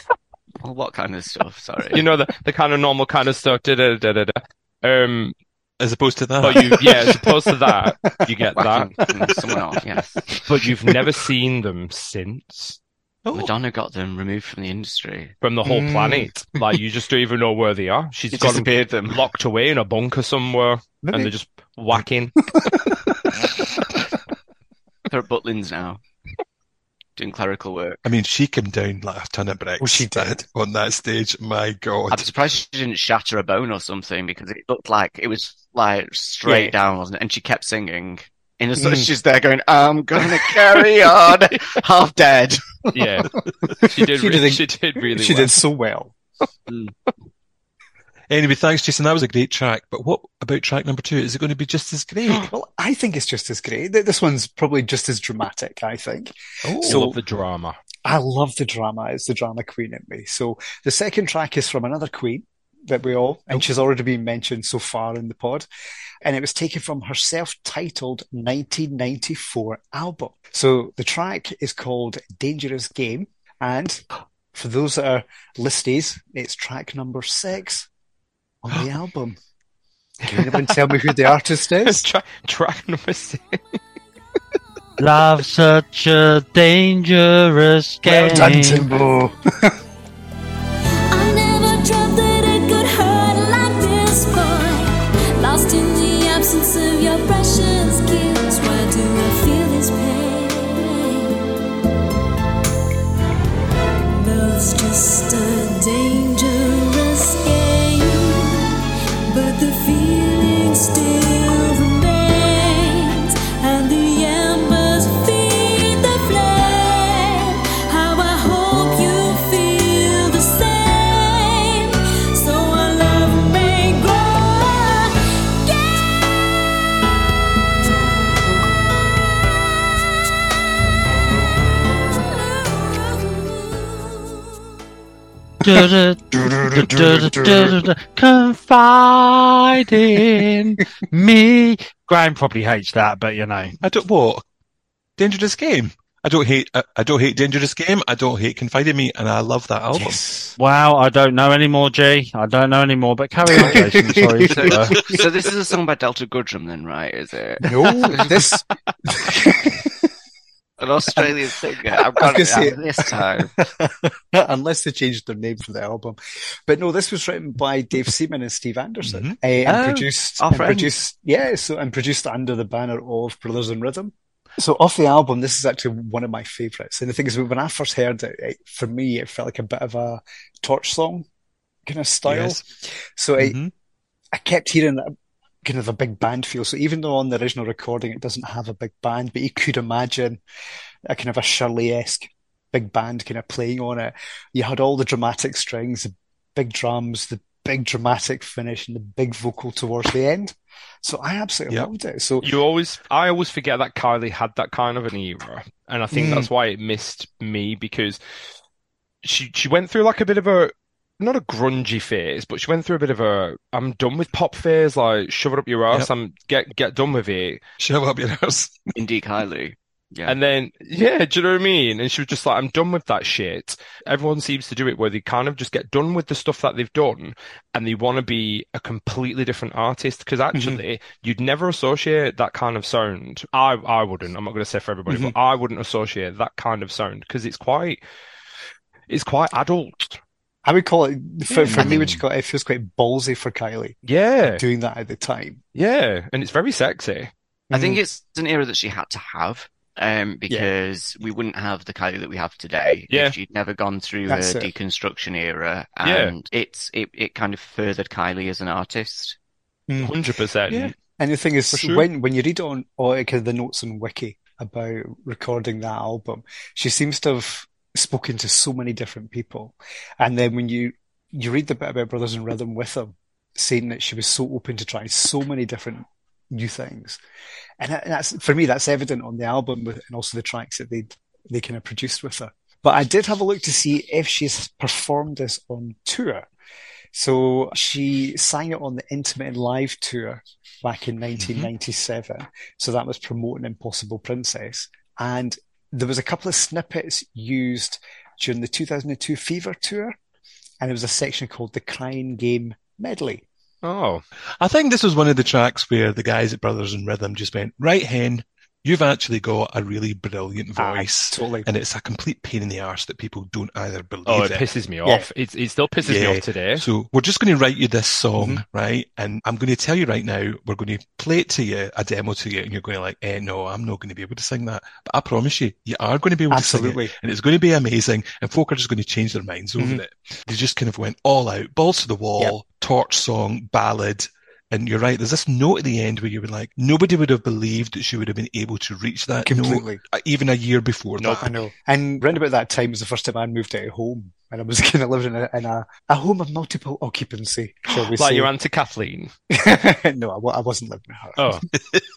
Speaker 4: Well, what kind of stuff? Sorry.
Speaker 3: you know the the kind of normal kind of stuff da da da da da um
Speaker 1: As opposed to
Speaker 2: Uh.
Speaker 1: that.
Speaker 3: but you yeah as opposed to
Speaker 2: <laughs>
Speaker 3: that you get that
Speaker 4: Whacking <laughs> someone off. Yes.
Speaker 3: but you've never seen them since.
Speaker 1: Oh.
Speaker 4: Madonna got them removed from the industry.
Speaker 3: from the whole
Speaker 2: Mm.
Speaker 3: planet. Like you just don't even know where they
Speaker 2: <laughs>
Speaker 3: are. She's
Speaker 4: She
Speaker 3: got them
Speaker 4: disappeared them.
Speaker 3: locked away in a bunker somewhere, and they're
Speaker 2: Maybe. <laughs>
Speaker 3: just whacking.
Speaker 4: They're at Butlins now, doing clerical work.
Speaker 1: I mean, she came down like a ton of bricks.
Speaker 2: Oh, she
Speaker 1: that- on that stage. My God,
Speaker 4: I'm surprised she didn't shatter a bone or something because it looked like it was like straight
Speaker 2: Yeah.
Speaker 4: down, wasn't it? And she kept singing. In a sort
Speaker 2: Mm.
Speaker 4: she's there going, "I'm gonna
Speaker 2: <laughs>
Speaker 4: carry on," half dead.
Speaker 3: Yeah, she did.
Speaker 2: She
Speaker 3: re-
Speaker 2: did a-
Speaker 3: she did really.
Speaker 2: She
Speaker 3: well.
Speaker 2: did so well.
Speaker 1: Anyway, thanks, Jason. That was a great track. But what about track number two? Is it going to be just as
Speaker 2: <gasps>
Speaker 1: great?
Speaker 2: Well, I think it's just as great. Th- This one's probably just as dramatic, I think.
Speaker 1: Oh,
Speaker 3: All of the drama. <laughs>
Speaker 2: I love the drama. It's the drama queen in me. So the second track is from another queen that we all, and she's already been mentioned so far in the pod. And it was taken from her self-titled 1994 album. So the track is called Dangerous Game. And for those that are listies, it's track number six on the album. Can anyone tell me who the artist is?
Speaker 3: Tra- track number six.
Speaker 5: Love such a dangerous game.
Speaker 2: Well done, Timbo.
Speaker 6: I never dreamt that it could hurt like this, boy. Lost in the absence of your precious kiss. Why do I feel this pain? Love's just a dangerous game, but the feeling still remains, and the embers feed the flame. How I hope you feel the same, so our love may grow again.
Speaker 5: Du-du-du-du-du-du-du. Confide in me. Graham probably hates that, but you know.
Speaker 1: I don't what dangerous game. I don't hate. I, I don't hate dangerous game. I don't hate confide in me, and I love that album.
Speaker 2: Yes.
Speaker 5: Wow, I don't know anymore, G. I don't know anymore, but carry
Speaker 2: <laughs>
Speaker 5: on, Jason. Sorry.
Speaker 4: So,
Speaker 5: Uh,
Speaker 4: <laughs> so this is a song by Delta Goodrem, then, right? Is it
Speaker 2: No, this
Speaker 4: an Australian singer?
Speaker 2: <laughs>
Speaker 4: I've
Speaker 2: I was
Speaker 4: got
Speaker 2: gonna
Speaker 4: it
Speaker 2: say-
Speaker 4: out this time.
Speaker 2: <laughs> unless they changed their name for the album. But no, this was written by Dave Seaman and Steve Anderson,
Speaker 1: Mhm.
Speaker 2: eh, and
Speaker 4: Oh,
Speaker 2: produced,
Speaker 4: our
Speaker 2: and
Speaker 4: friends.
Speaker 2: produced, yeah, so and produced under the banner of Brothers in Rhythm. So off the album, this is actually one of my favourites. And the thing is, when I first heard it, it, for me, it felt like a bit of a torch song kind of style.
Speaker 1: Yes.
Speaker 2: So it,
Speaker 1: Mhm.
Speaker 2: I kept hearing that kind of a big band feel. So even though on the original recording it doesn't have a big band, but you could imagine a kind of a Shirley-esque big band kind of playing on it. You had all the dramatic strings, the big drums, the big dramatic finish, and the big vocal towards the end. So I absolutely
Speaker 1: Yep.
Speaker 2: loved it. So
Speaker 3: You always, I always forget that Kylie had that kind of an era, and I think
Speaker 2: Mm.
Speaker 3: that's why it missed me because she she went through like a bit of a not a grungy phase, but she went through a bit of a I'm done with pop phase, like shove it up your ass,
Speaker 1: Yep.
Speaker 3: I'm get get done with it.
Speaker 1: Shove up your ass.
Speaker 4: Indeed, Kylie. Yeah.
Speaker 3: And then yeah, do you know what I mean? And she was just like, I'm done with that shit. Everyone seems to do it where they kind of just get done with the stuff that they've done and they want to be a completely different artist. Because actually, you'd never associate that kind of sound. I I wouldn't. I'm not going to say for everybody, but I wouldn't associate that kind of sound because it's quite it's quite adult.
Speaker 2: I would call it for, for me.
Speaker 4: Mm.
Speaker 2: What you call it, it feels quite ballsy for Kylie
Speaker 3: Yeah,
Speaker 2: doing that at the time.
Speaker 3: yeah, and it's very sexy.
Speaker 4: I think it's an era that she had to have um, because we wouldn't have the Kylie that we have today
Speaker 3: Yeah.
Speaker 4: if she'd never gone through
Speaker 2: That's
Speaker 4: her
Speaker 2: it.
Speaker 4: deconstruction era.
Speaker 3: Yeah.
Speaker 4: And it's it, it kind of furthered Kylie as an artist.
Speaker 3: Hundred percent.
Speaker 1: Yeah.
Speaker 2: And the thing is,
Speaker 1: For sure.
Speaker 2: when when you read on all like, the notes on Wiki about recording that album, she seems to have spoken to so many different people. And then when you you read the bit about Brothers in Rhythm with them, saying that she was so open to trying so many different new things, and that- that's for me that's evident on the album with, and also the tracks that they they kind of produced with her. But I did have a look to see if she's performed this on tour. So she sang it on the Intermittent Live tour back
Speaker 1: Mm-hmm.
Speaker 2: in 1997. So that was promoting Impossible Princess. And there was a couple of snippets used during the 2002 Fever tour, and there was a section called the Crying Game Medley.
Speaker 3: Oh,
Speaker 1: I think this was one of the tracks where the guys at Brothers in Rhythm just went, right, Hen, you've actually got a really brilliant
Speaker 2: Ah,
Speaker 1: voice.
Speaker 2: totally.
Speaker 1: and it's a complete pain in the arse that people don't either believe
Speaker 3: oh, it
Speaker 1: it.
Speaker 3: pisses me off. It it still pisses me
Speaker 1: Yeah.
Speaker 3: off Mm-hmm. today.
Speaker 1: So we're just going to write you this song, right? And I'm going to tell you right now, we're going to play it to you, a demo to you, and you're going to like, eh, no, I'm not going to be able to sing that. But I promise you, you are going to be able to sing it,
Speaker 2: Absolutely.
Speaker 1: and it's going to be amazing. And folk are just going to change their minds over
Speaker 2: Mhm.
Speaker 1: it. They just kind of went all out, balls to the wall, torch song, ballad. And you're right. There's this note at the end where you were like, nobody would have believed that she would have been able to reach that note
Speaker 2: Completely.
Speaker 1: uh, even a year before
Speaker 3: Nope.
Speaker 1: that.
Speaker 2: I know. And round about that time was the first time I moved out of home. And I was <laughs> kind of living in a, in a, a home of multiple occupancy, shall
Speaker 3: <gasps>
Speaker 2: we
Speaker 3: Like
Speaker 2: say.
Speaker 3: your auntie Kathleen.
Speaker 2: <laughs> no, I, wa- I wasn't living with her.
Speaker 3: Oh,
Speaker 2: <laughs>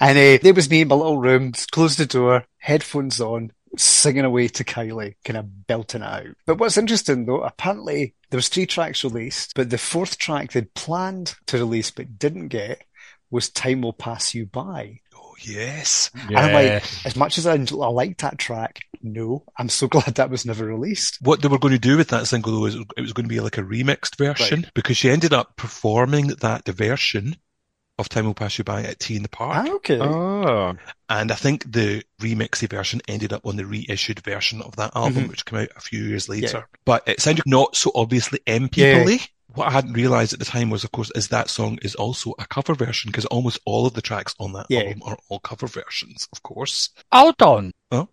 Speaker 2: And uh, there was me in my little room, closed the door, headphones on, singing away to Kylie, kind of belting it out. But what's interesting though, apparently there was three tracks released, but the fourth track they'd planned to release but didn't get was Time Will Pass You By.
Speaker 1: Oh, yes.
Speaker 2: And I'm
Speaker 3: yeah.
Speaker 2: like, as much as I, I liked that track, no, I'm so <laughs> glad that was never released.
Speaker 1: What they were going to do with that single though is it was going to be like a remixed version because she ended up performing that diversion of Time Will Pass You By at Tea in the Park.
Speaker 2: Ah, okay.
Speaker 3: Oh,
Speaker 1: And I think the remixy version ended up on the reissued version of that album, which came out a few years later. But it sounded not so obviously M
Speaker 2: Yeah.
Speaker 1: people y. What I hadn't realised at the time was, of course, is that song is also a cover version because almost all of the tracks on that
Speaker 2: Yeah.
Speaker 1: album are all cover versions, of course.
Speaker 5: Hold on.
Speaker 3: oh,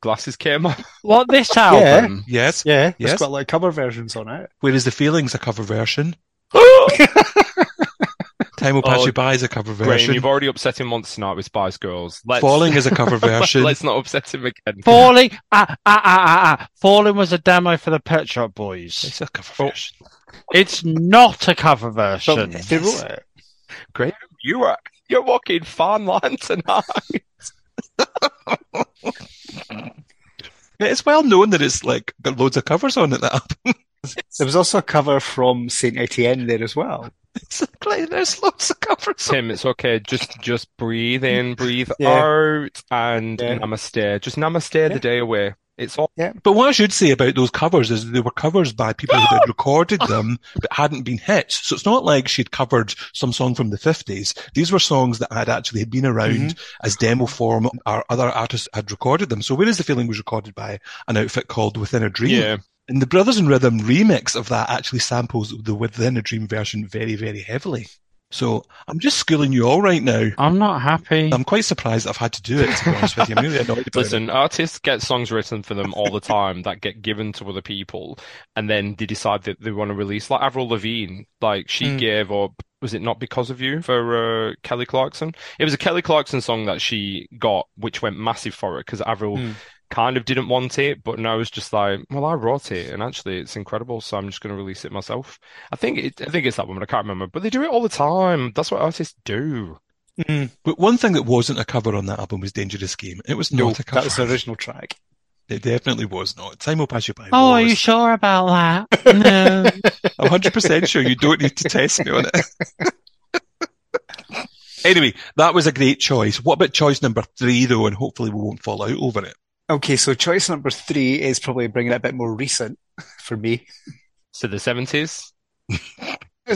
Speaker 3: glasses came off.
Speaker 5: What this
Speaker 2: Yeah.
Speaker 3: Um,
Speaker 5: album?
Speaker 1: Yes.
Speaker 2: yeah, there's
Speaker 1: Yes.
Speaker 2: quite a lot of cover versions
Speaker 3: <gasps>
Speaker 2: on it.
Speaker 1: Whereas The Feeling's a cover version. Time Will Pass
Speaker 3: Oh,
Speaker 1: You By is a cover version.
Speaker 3: Graham, you've already upset him once tonight with Spice Girls. Let's,
Speaker 1: Falling is a cover version.
Speaker 3: <laughs> Let's not upset him again.
Speaker 5: Falling, ah, ah, ah, ah, ah. Falling was a demo for the Pet Shop Boys.
Speaker 1: It's a cover version.
Speaker 5: It's not a cover
Speaker 2: But
Speaker 5: version.
Speaker 2: they wrote it.
Speaker 3: You are you're walking farmland tonight.
Speaker 1: Yeah, It's well known that it's like got loads of covers on it. That album. <laughs>
Speaker 2: There was also a cover from Saint Etienne there as well.
Speaker 1: It's like, there's loads of covers. on
Speaker 3: Tim, it's okay. Just just breathe in, breathe
Speaker 2: Yeah.
Speaker 3: out, and
Speaker 2: Yeah.
Speaker 3: namaste. Just namaste the
Speaker 2: Yeah.
Speaker 3: day away. It's all
Speaker 1: it. But what I should say about those covers is they were covers by people who had recorded them but hadn't been hits. So it's not like she'd covered some song from the 50s. These were songs that had actually been around
Speaker 3: Mm-hmm.
Speaker 1: as demo form or other artists had recorded them. So Whereas the Feeling was recorded by an outfit called Within a Dream.
Speaker 3: yeah.
Speaker 1: And the Brothers in Rhythm remix of that actually samples the Within a Dream version very, very heavily. So I'm just schooling you all right now.
Speaker 3: Mm.
Speaker 5: I'm not happy.
Speaker 1: I'm quite surprised I've had to do it, to be honest with you. I'm really annoyed about it.
Speaker 3: Listen, artists get songs written for them all the time that get given to other people, and then they decide that they want to release. Like Avril Lavigne, like she
Speaker 2: Mm.
Speaker 3: gave up. Was it not because of you for uh, Kelly Clarkson? It was a Kelly Clarkson song that she got, which went massive for it because Avril
Speaker 2: Mm.
Speaker 3: kind of didn't want it, but now it's just like, well, I wrote it, and actually it's incredible, so I'm just going to release it myself. I think it, I think it's that woman. I can't remember, but they do it all the time. That's what artists do.
Speaker 1: But one thing that wasn't a cover on that album was Dangerous Game. It was
Speaker 2: No,
Speaker 1: not a cover.
Speaker 2: that was the original track.
Speaker 1: It definitely was not. Time will pass you by.
Speaker 5: Oh, are
Speaker 1: was.
Speaker 5: you sure about that? No.
Speaker 2: <laughs>
Speaker 1: I'm 100% sure you don't need to test me on it. <laughs> anyway, that was a great choice. What about choice number three, though? And hopefully we won't fall out over it.
Speaker 2: Okay, so choice number three is probably bringing it a bit more recent <laughs> for me.
Speaker 3: So the 70s?
Speaker 2: It's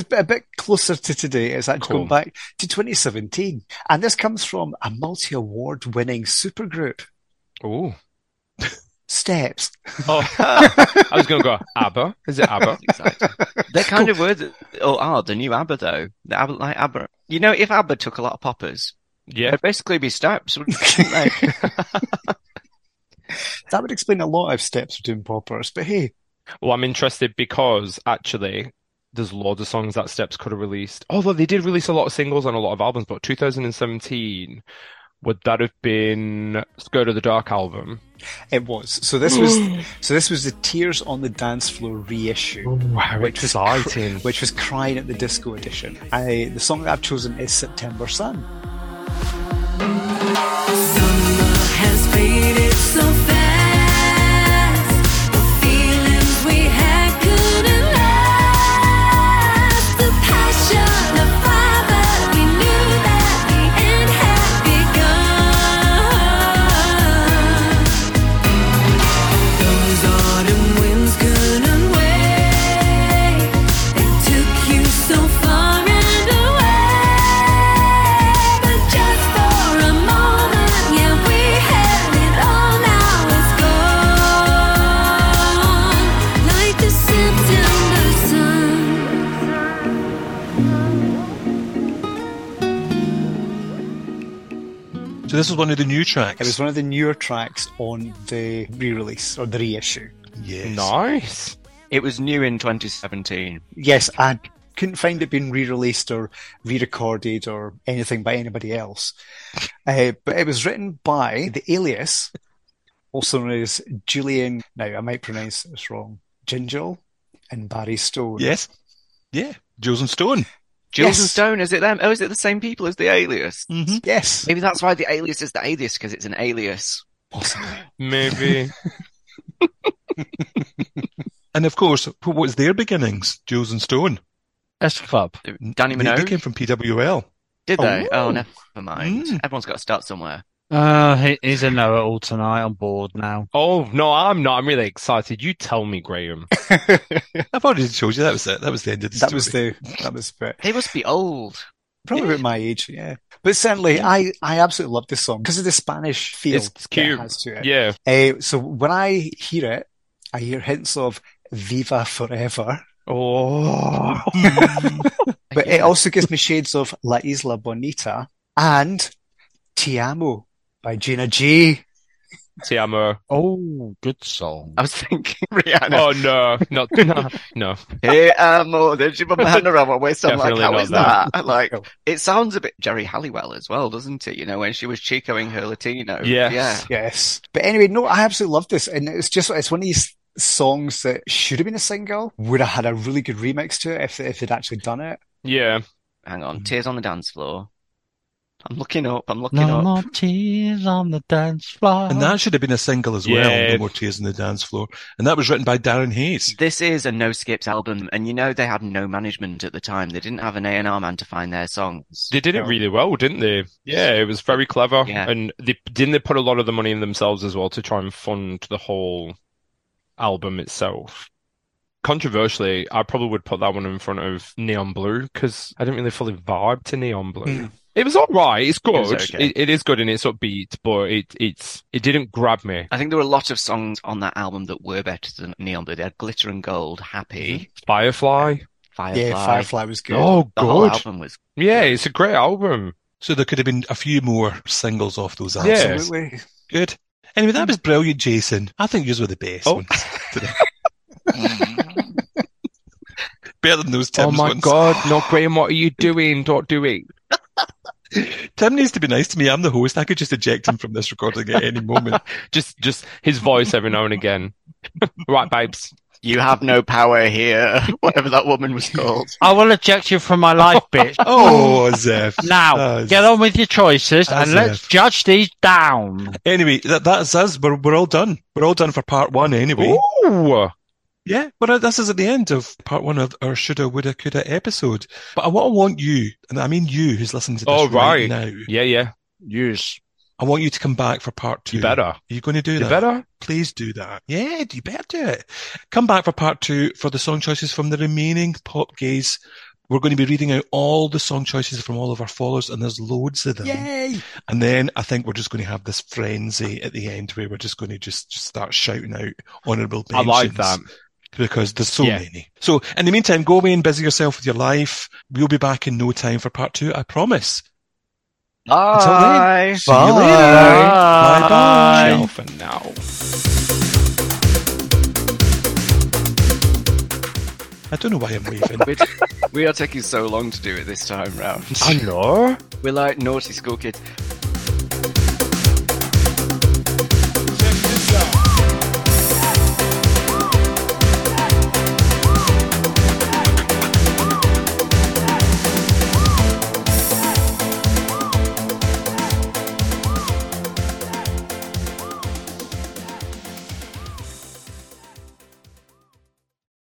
Speaker 2: a bit- a bit closer to today. It's actually
Speaker 3: Cool.
Speaker 2: going back to 2017. And this comes from a multi award winning supergroup,
Speaker 3: Oh.
Speaker 2: Steps.
Speaker 3: <laughs> Oh, I was going to go ABBA. Is it ABBA?
Speaker 4: Exactly. They're kind of words that- or are the new ABBA though. The ABBA like ABBA. You know, if ABBA took a lot of poppers,
Speaker 3: Yeah.
Speaker 4: it'd basically be steps, wouldn't they?
Speaker 2: That would explain a lot if Steps were doing poppers, but hey,
Speaker 3: Well, I'm interested because actually, there's loads of songs that Steps could have released. Although they did release a lot of singles and a lot of albums, but 2017, would that have been Skirt of the Dark album?
Speaker 2: it was. So this
Speaker 1: <sighs>
Speaker 2: was so this was the Tears on the Dance Floor reissue.
Speaker 1: Oh,
Speaker 3: Wow,
Speaker 2: Which was cr- which was crying at the disco edition. I, the song that I've chosen is September Sun.
Speaker 7: has faded so fast. The feelings we had couldn't last. The passion of fire, we knew that the end had begun. Those autumn winds couldn't wait. They took you so far and away. But just for a moment, yeah, we had it all. Now it's gone, like the September sun.
Speaker 1: So this was one of the new tracks.
Speaker 2: It was one of the newer tracks on the re-release or the reissue.
Speaker 1: Yes.
Speaker 3: Nice.
Speaker 4: it was new in 2017.
Speaker 2: Yes, I couldn't find it being re-released or re-recorded or anything by anybody else. Uh, but it was written by the alias, also known as Julian. Now I might pronounce this wrong. Gingell and Barry Stone.
Speaker 1: Yes. Yeah. Jules and Stone.
Speaker 4: Jules and
Speaker 2: Yes.
Speaker 4: Stone, is it them? Oh, is it the same people as the alias?
Speaker 5: Mm.
Speaker 1: Mm-hmm.
Speaker 2: Yes.
Speaker 4: Maybe that's why the alias is the alias, because it's an alias.
Speaker 2: Possibly.
Speaker 3: Maybe.
Speaker 1: And of course, what was their beginnings? Jules and Stone.
Speaker 5: S Club.
Speaker 4: Danny
Speaker 1: They, they
Speaker 4: Minogue,
Speaker 1: came from PWL.
Speaker 4: did they?
Speaker 1: Oh.
Speaker 4: Oh, never mind.
Speaker 1: Mm.
Speaker 4: Everyone's got to start somewhere.
Speaker 5: Uh, he, he's a know-it-all tonight. I'm bored now.
Speaker 3: Oh, no, I'm not. I'm really excited. You tell me, Graham.
Speaker 1: I've already told you that was it. That was the end of the
Speaker 2: That
Speaker 1: story.
Speaker 2: was the that was the bit.
Speaker 4: They must be old.
Speaker 2: Probably about my age, yeah. But certainly, I, I absolutely love this song because of the Spanish feel
Speaker 3: It's
Speaker 2: that
Speaker 3: cute.
Speaker 2: it has to it.
Speaker 3: Yeah.
Speaker 2: Uh, so when I hear it, I hear hints of Viva Forever,
Speaker 3: Oh.
Speaker 2: but
Speaker 4: Yeah.
Speaker 2: it also gives me shades of La Isla Bonita and Ti Amo by Gina G.
Speaker 3: Tiamo.
Speaker 5: Oh, good song.
Speaker 4: I was thinking <laughs> Rihanna.
Speaker 3: Oh, no. Not, <laughs> no. No.
Speaker 4: Hey, I'm more than Jim Panorama. Where I'm like,
Speaker 3: Definitely
Speaker 4: how
Speaker 3: not
Speaker 4: is
Speaker 3: that. Oh.
Speaker 4: that? Like,
Speaker 2: No.
Speaker 4: it sounds a bit Jerry Halliwell as well, doesn't it? You know, when she was Chicoing her Latino.
Speaker 3: Yes.
Speaker 4: Yeah.
Speaker 2: Yes. But anyway, no, I absolutely love this. And it's just, it's one of these songs that should have been a single, would have had a really good remix to it if, if they'd actually done it.
Speaker 3: Yeah.
Speaker 4: Hang on. Tears on the dance floor. I'm looking up. I'm looking
Speaker 5: No
Speaker 4: up.
Speaker 5: more tears on the dance floor.
Speaker 1: And that should have been a single as well.
Speaker 3: Uh-huh. Yeah.
Speaker 1: No more tears on the dance floor. And that was written by Darren Hayes.
Speaker 4: This is a no skips album, and you know they had no management at the time. They didn't have an A and R man to find their songs.
Speaker 3: They did it
Speaker 2: Yeah.
Speaker 3: really well, didn't they? Yeah, it was very clever.
Speaker 4: Yeah.
Speaker 3: And they didn't they put a lot of the money in themselves as well to try and fund the whole album itself. Controversially, I probably would put that one in front of Neon Blue because I didn't really fully vibe to Neon Blue.
Speaker 2: Mm.
Speaker 3: It was all right. It's good.
Speaker 4: was okay.
Speaker 3: It- it is good and it's upbeat, but it it's it didn't grab me.
Speaker 4: I think there were a lot of songs on that album that were better than Neon Blue. They had Glitter and Gold, Happy,
Speaker 3: Firefly.
Speaker 4: Firefly.
Speaker 2: Yeah, Firefly was good.
Speaker 3: Oh,
Speaker 4: The whole
Speaker 3: good.
Speaker 4: album was.
Speaker 3: Yeah, it's a great album.
Speaker 1: So there could have been a few more singles off those albums.
Speaker 3: Yeah.
Speaker 2: Absolutely.
Speaker 1: Good. Anyway, that was brilliant, Jason. I think yours were the best
Speaker 3: Oh.
Speaker 1: ones
Speaker 3: <laughs>
Speaker 1: today. <laughs> Better than those Tim's
Speaker 3: oh my
Speaker 1: ones.
Speaker 3: god, no, Graham, what are you doing? Don't do it.
Speaker 1: Tim needs to be nice to me. I'm the host. I could just eject him from
Speaker 3: <laughs>
Speaker 1: this recording at any moment.
Speaker 3: Just just his voice every now and again. <laughs> right, babes.
Speaker 4: You have <laughs> no power here. Whatever that woman <laughs> was called.
Speaker 5: I will eject you from my <laughs> life, bitch.
Speaker 1: Oh, Zeph.
Speaker 5: Now,
Speaker 1: Oh,
Speaker 5: get on with your choices and
Speaker 1: as
Speaker 5: let's
Speaker 1: if.
Speaker 5: judge these down.
Speaker 1: Anyway, that, that's us. We're, we're all done. We're all done for part one anyway.
Speaker 3: Ooh.
Speaker 1: Yeah, but uh, this is at the end of part one of our shoulda, woulda, coulda episode. But I, what I want you, and I mean you who's listening to this
Speaker 3: Oh,
Speaker 1: right.
Speaker 3: right.
Speaker 1: now,
Speaker 3: Yeah, yeah.
Speaker 5: Use.
Speaker 1: I want you to come back for part two.
Speaker 3: You better.
Speaker 1: Are you going to do
Speaker 3: You
Speaker 1: that?
Speaker 3: better.
Speaker 1: Please do that. Yeah, you better do it. Come back for part two for the song choices from the remaining pop gays. We're going to be reading out all the song choices from all of our followers, and there's loads of them.
Speaker 2: Yay!
Speaker 1: And then I think we're just going to have this frenzy at the end where we're just going to just, just start shouting out honourable
Speaker 3: I
Speaker 1: mentions.
Speaker 3: like that.
Speaker 1: because there's so
Speaker 5: Yeah.
Speaker 1: many. So in the meantime, go away and busy yourself with your life. We'll be back in no time for part two, I promise.
Speaker 4: Bye.
Speaker 1: See you later. Bye bye.
Speaker 3: Ciao for now.
Speaker 1: I don't know why I'm waving.
Speaker 4: We- we are taking so long to do it this time round.
Speaker 3: I know.
Speaker 4: We're like naughty school kids.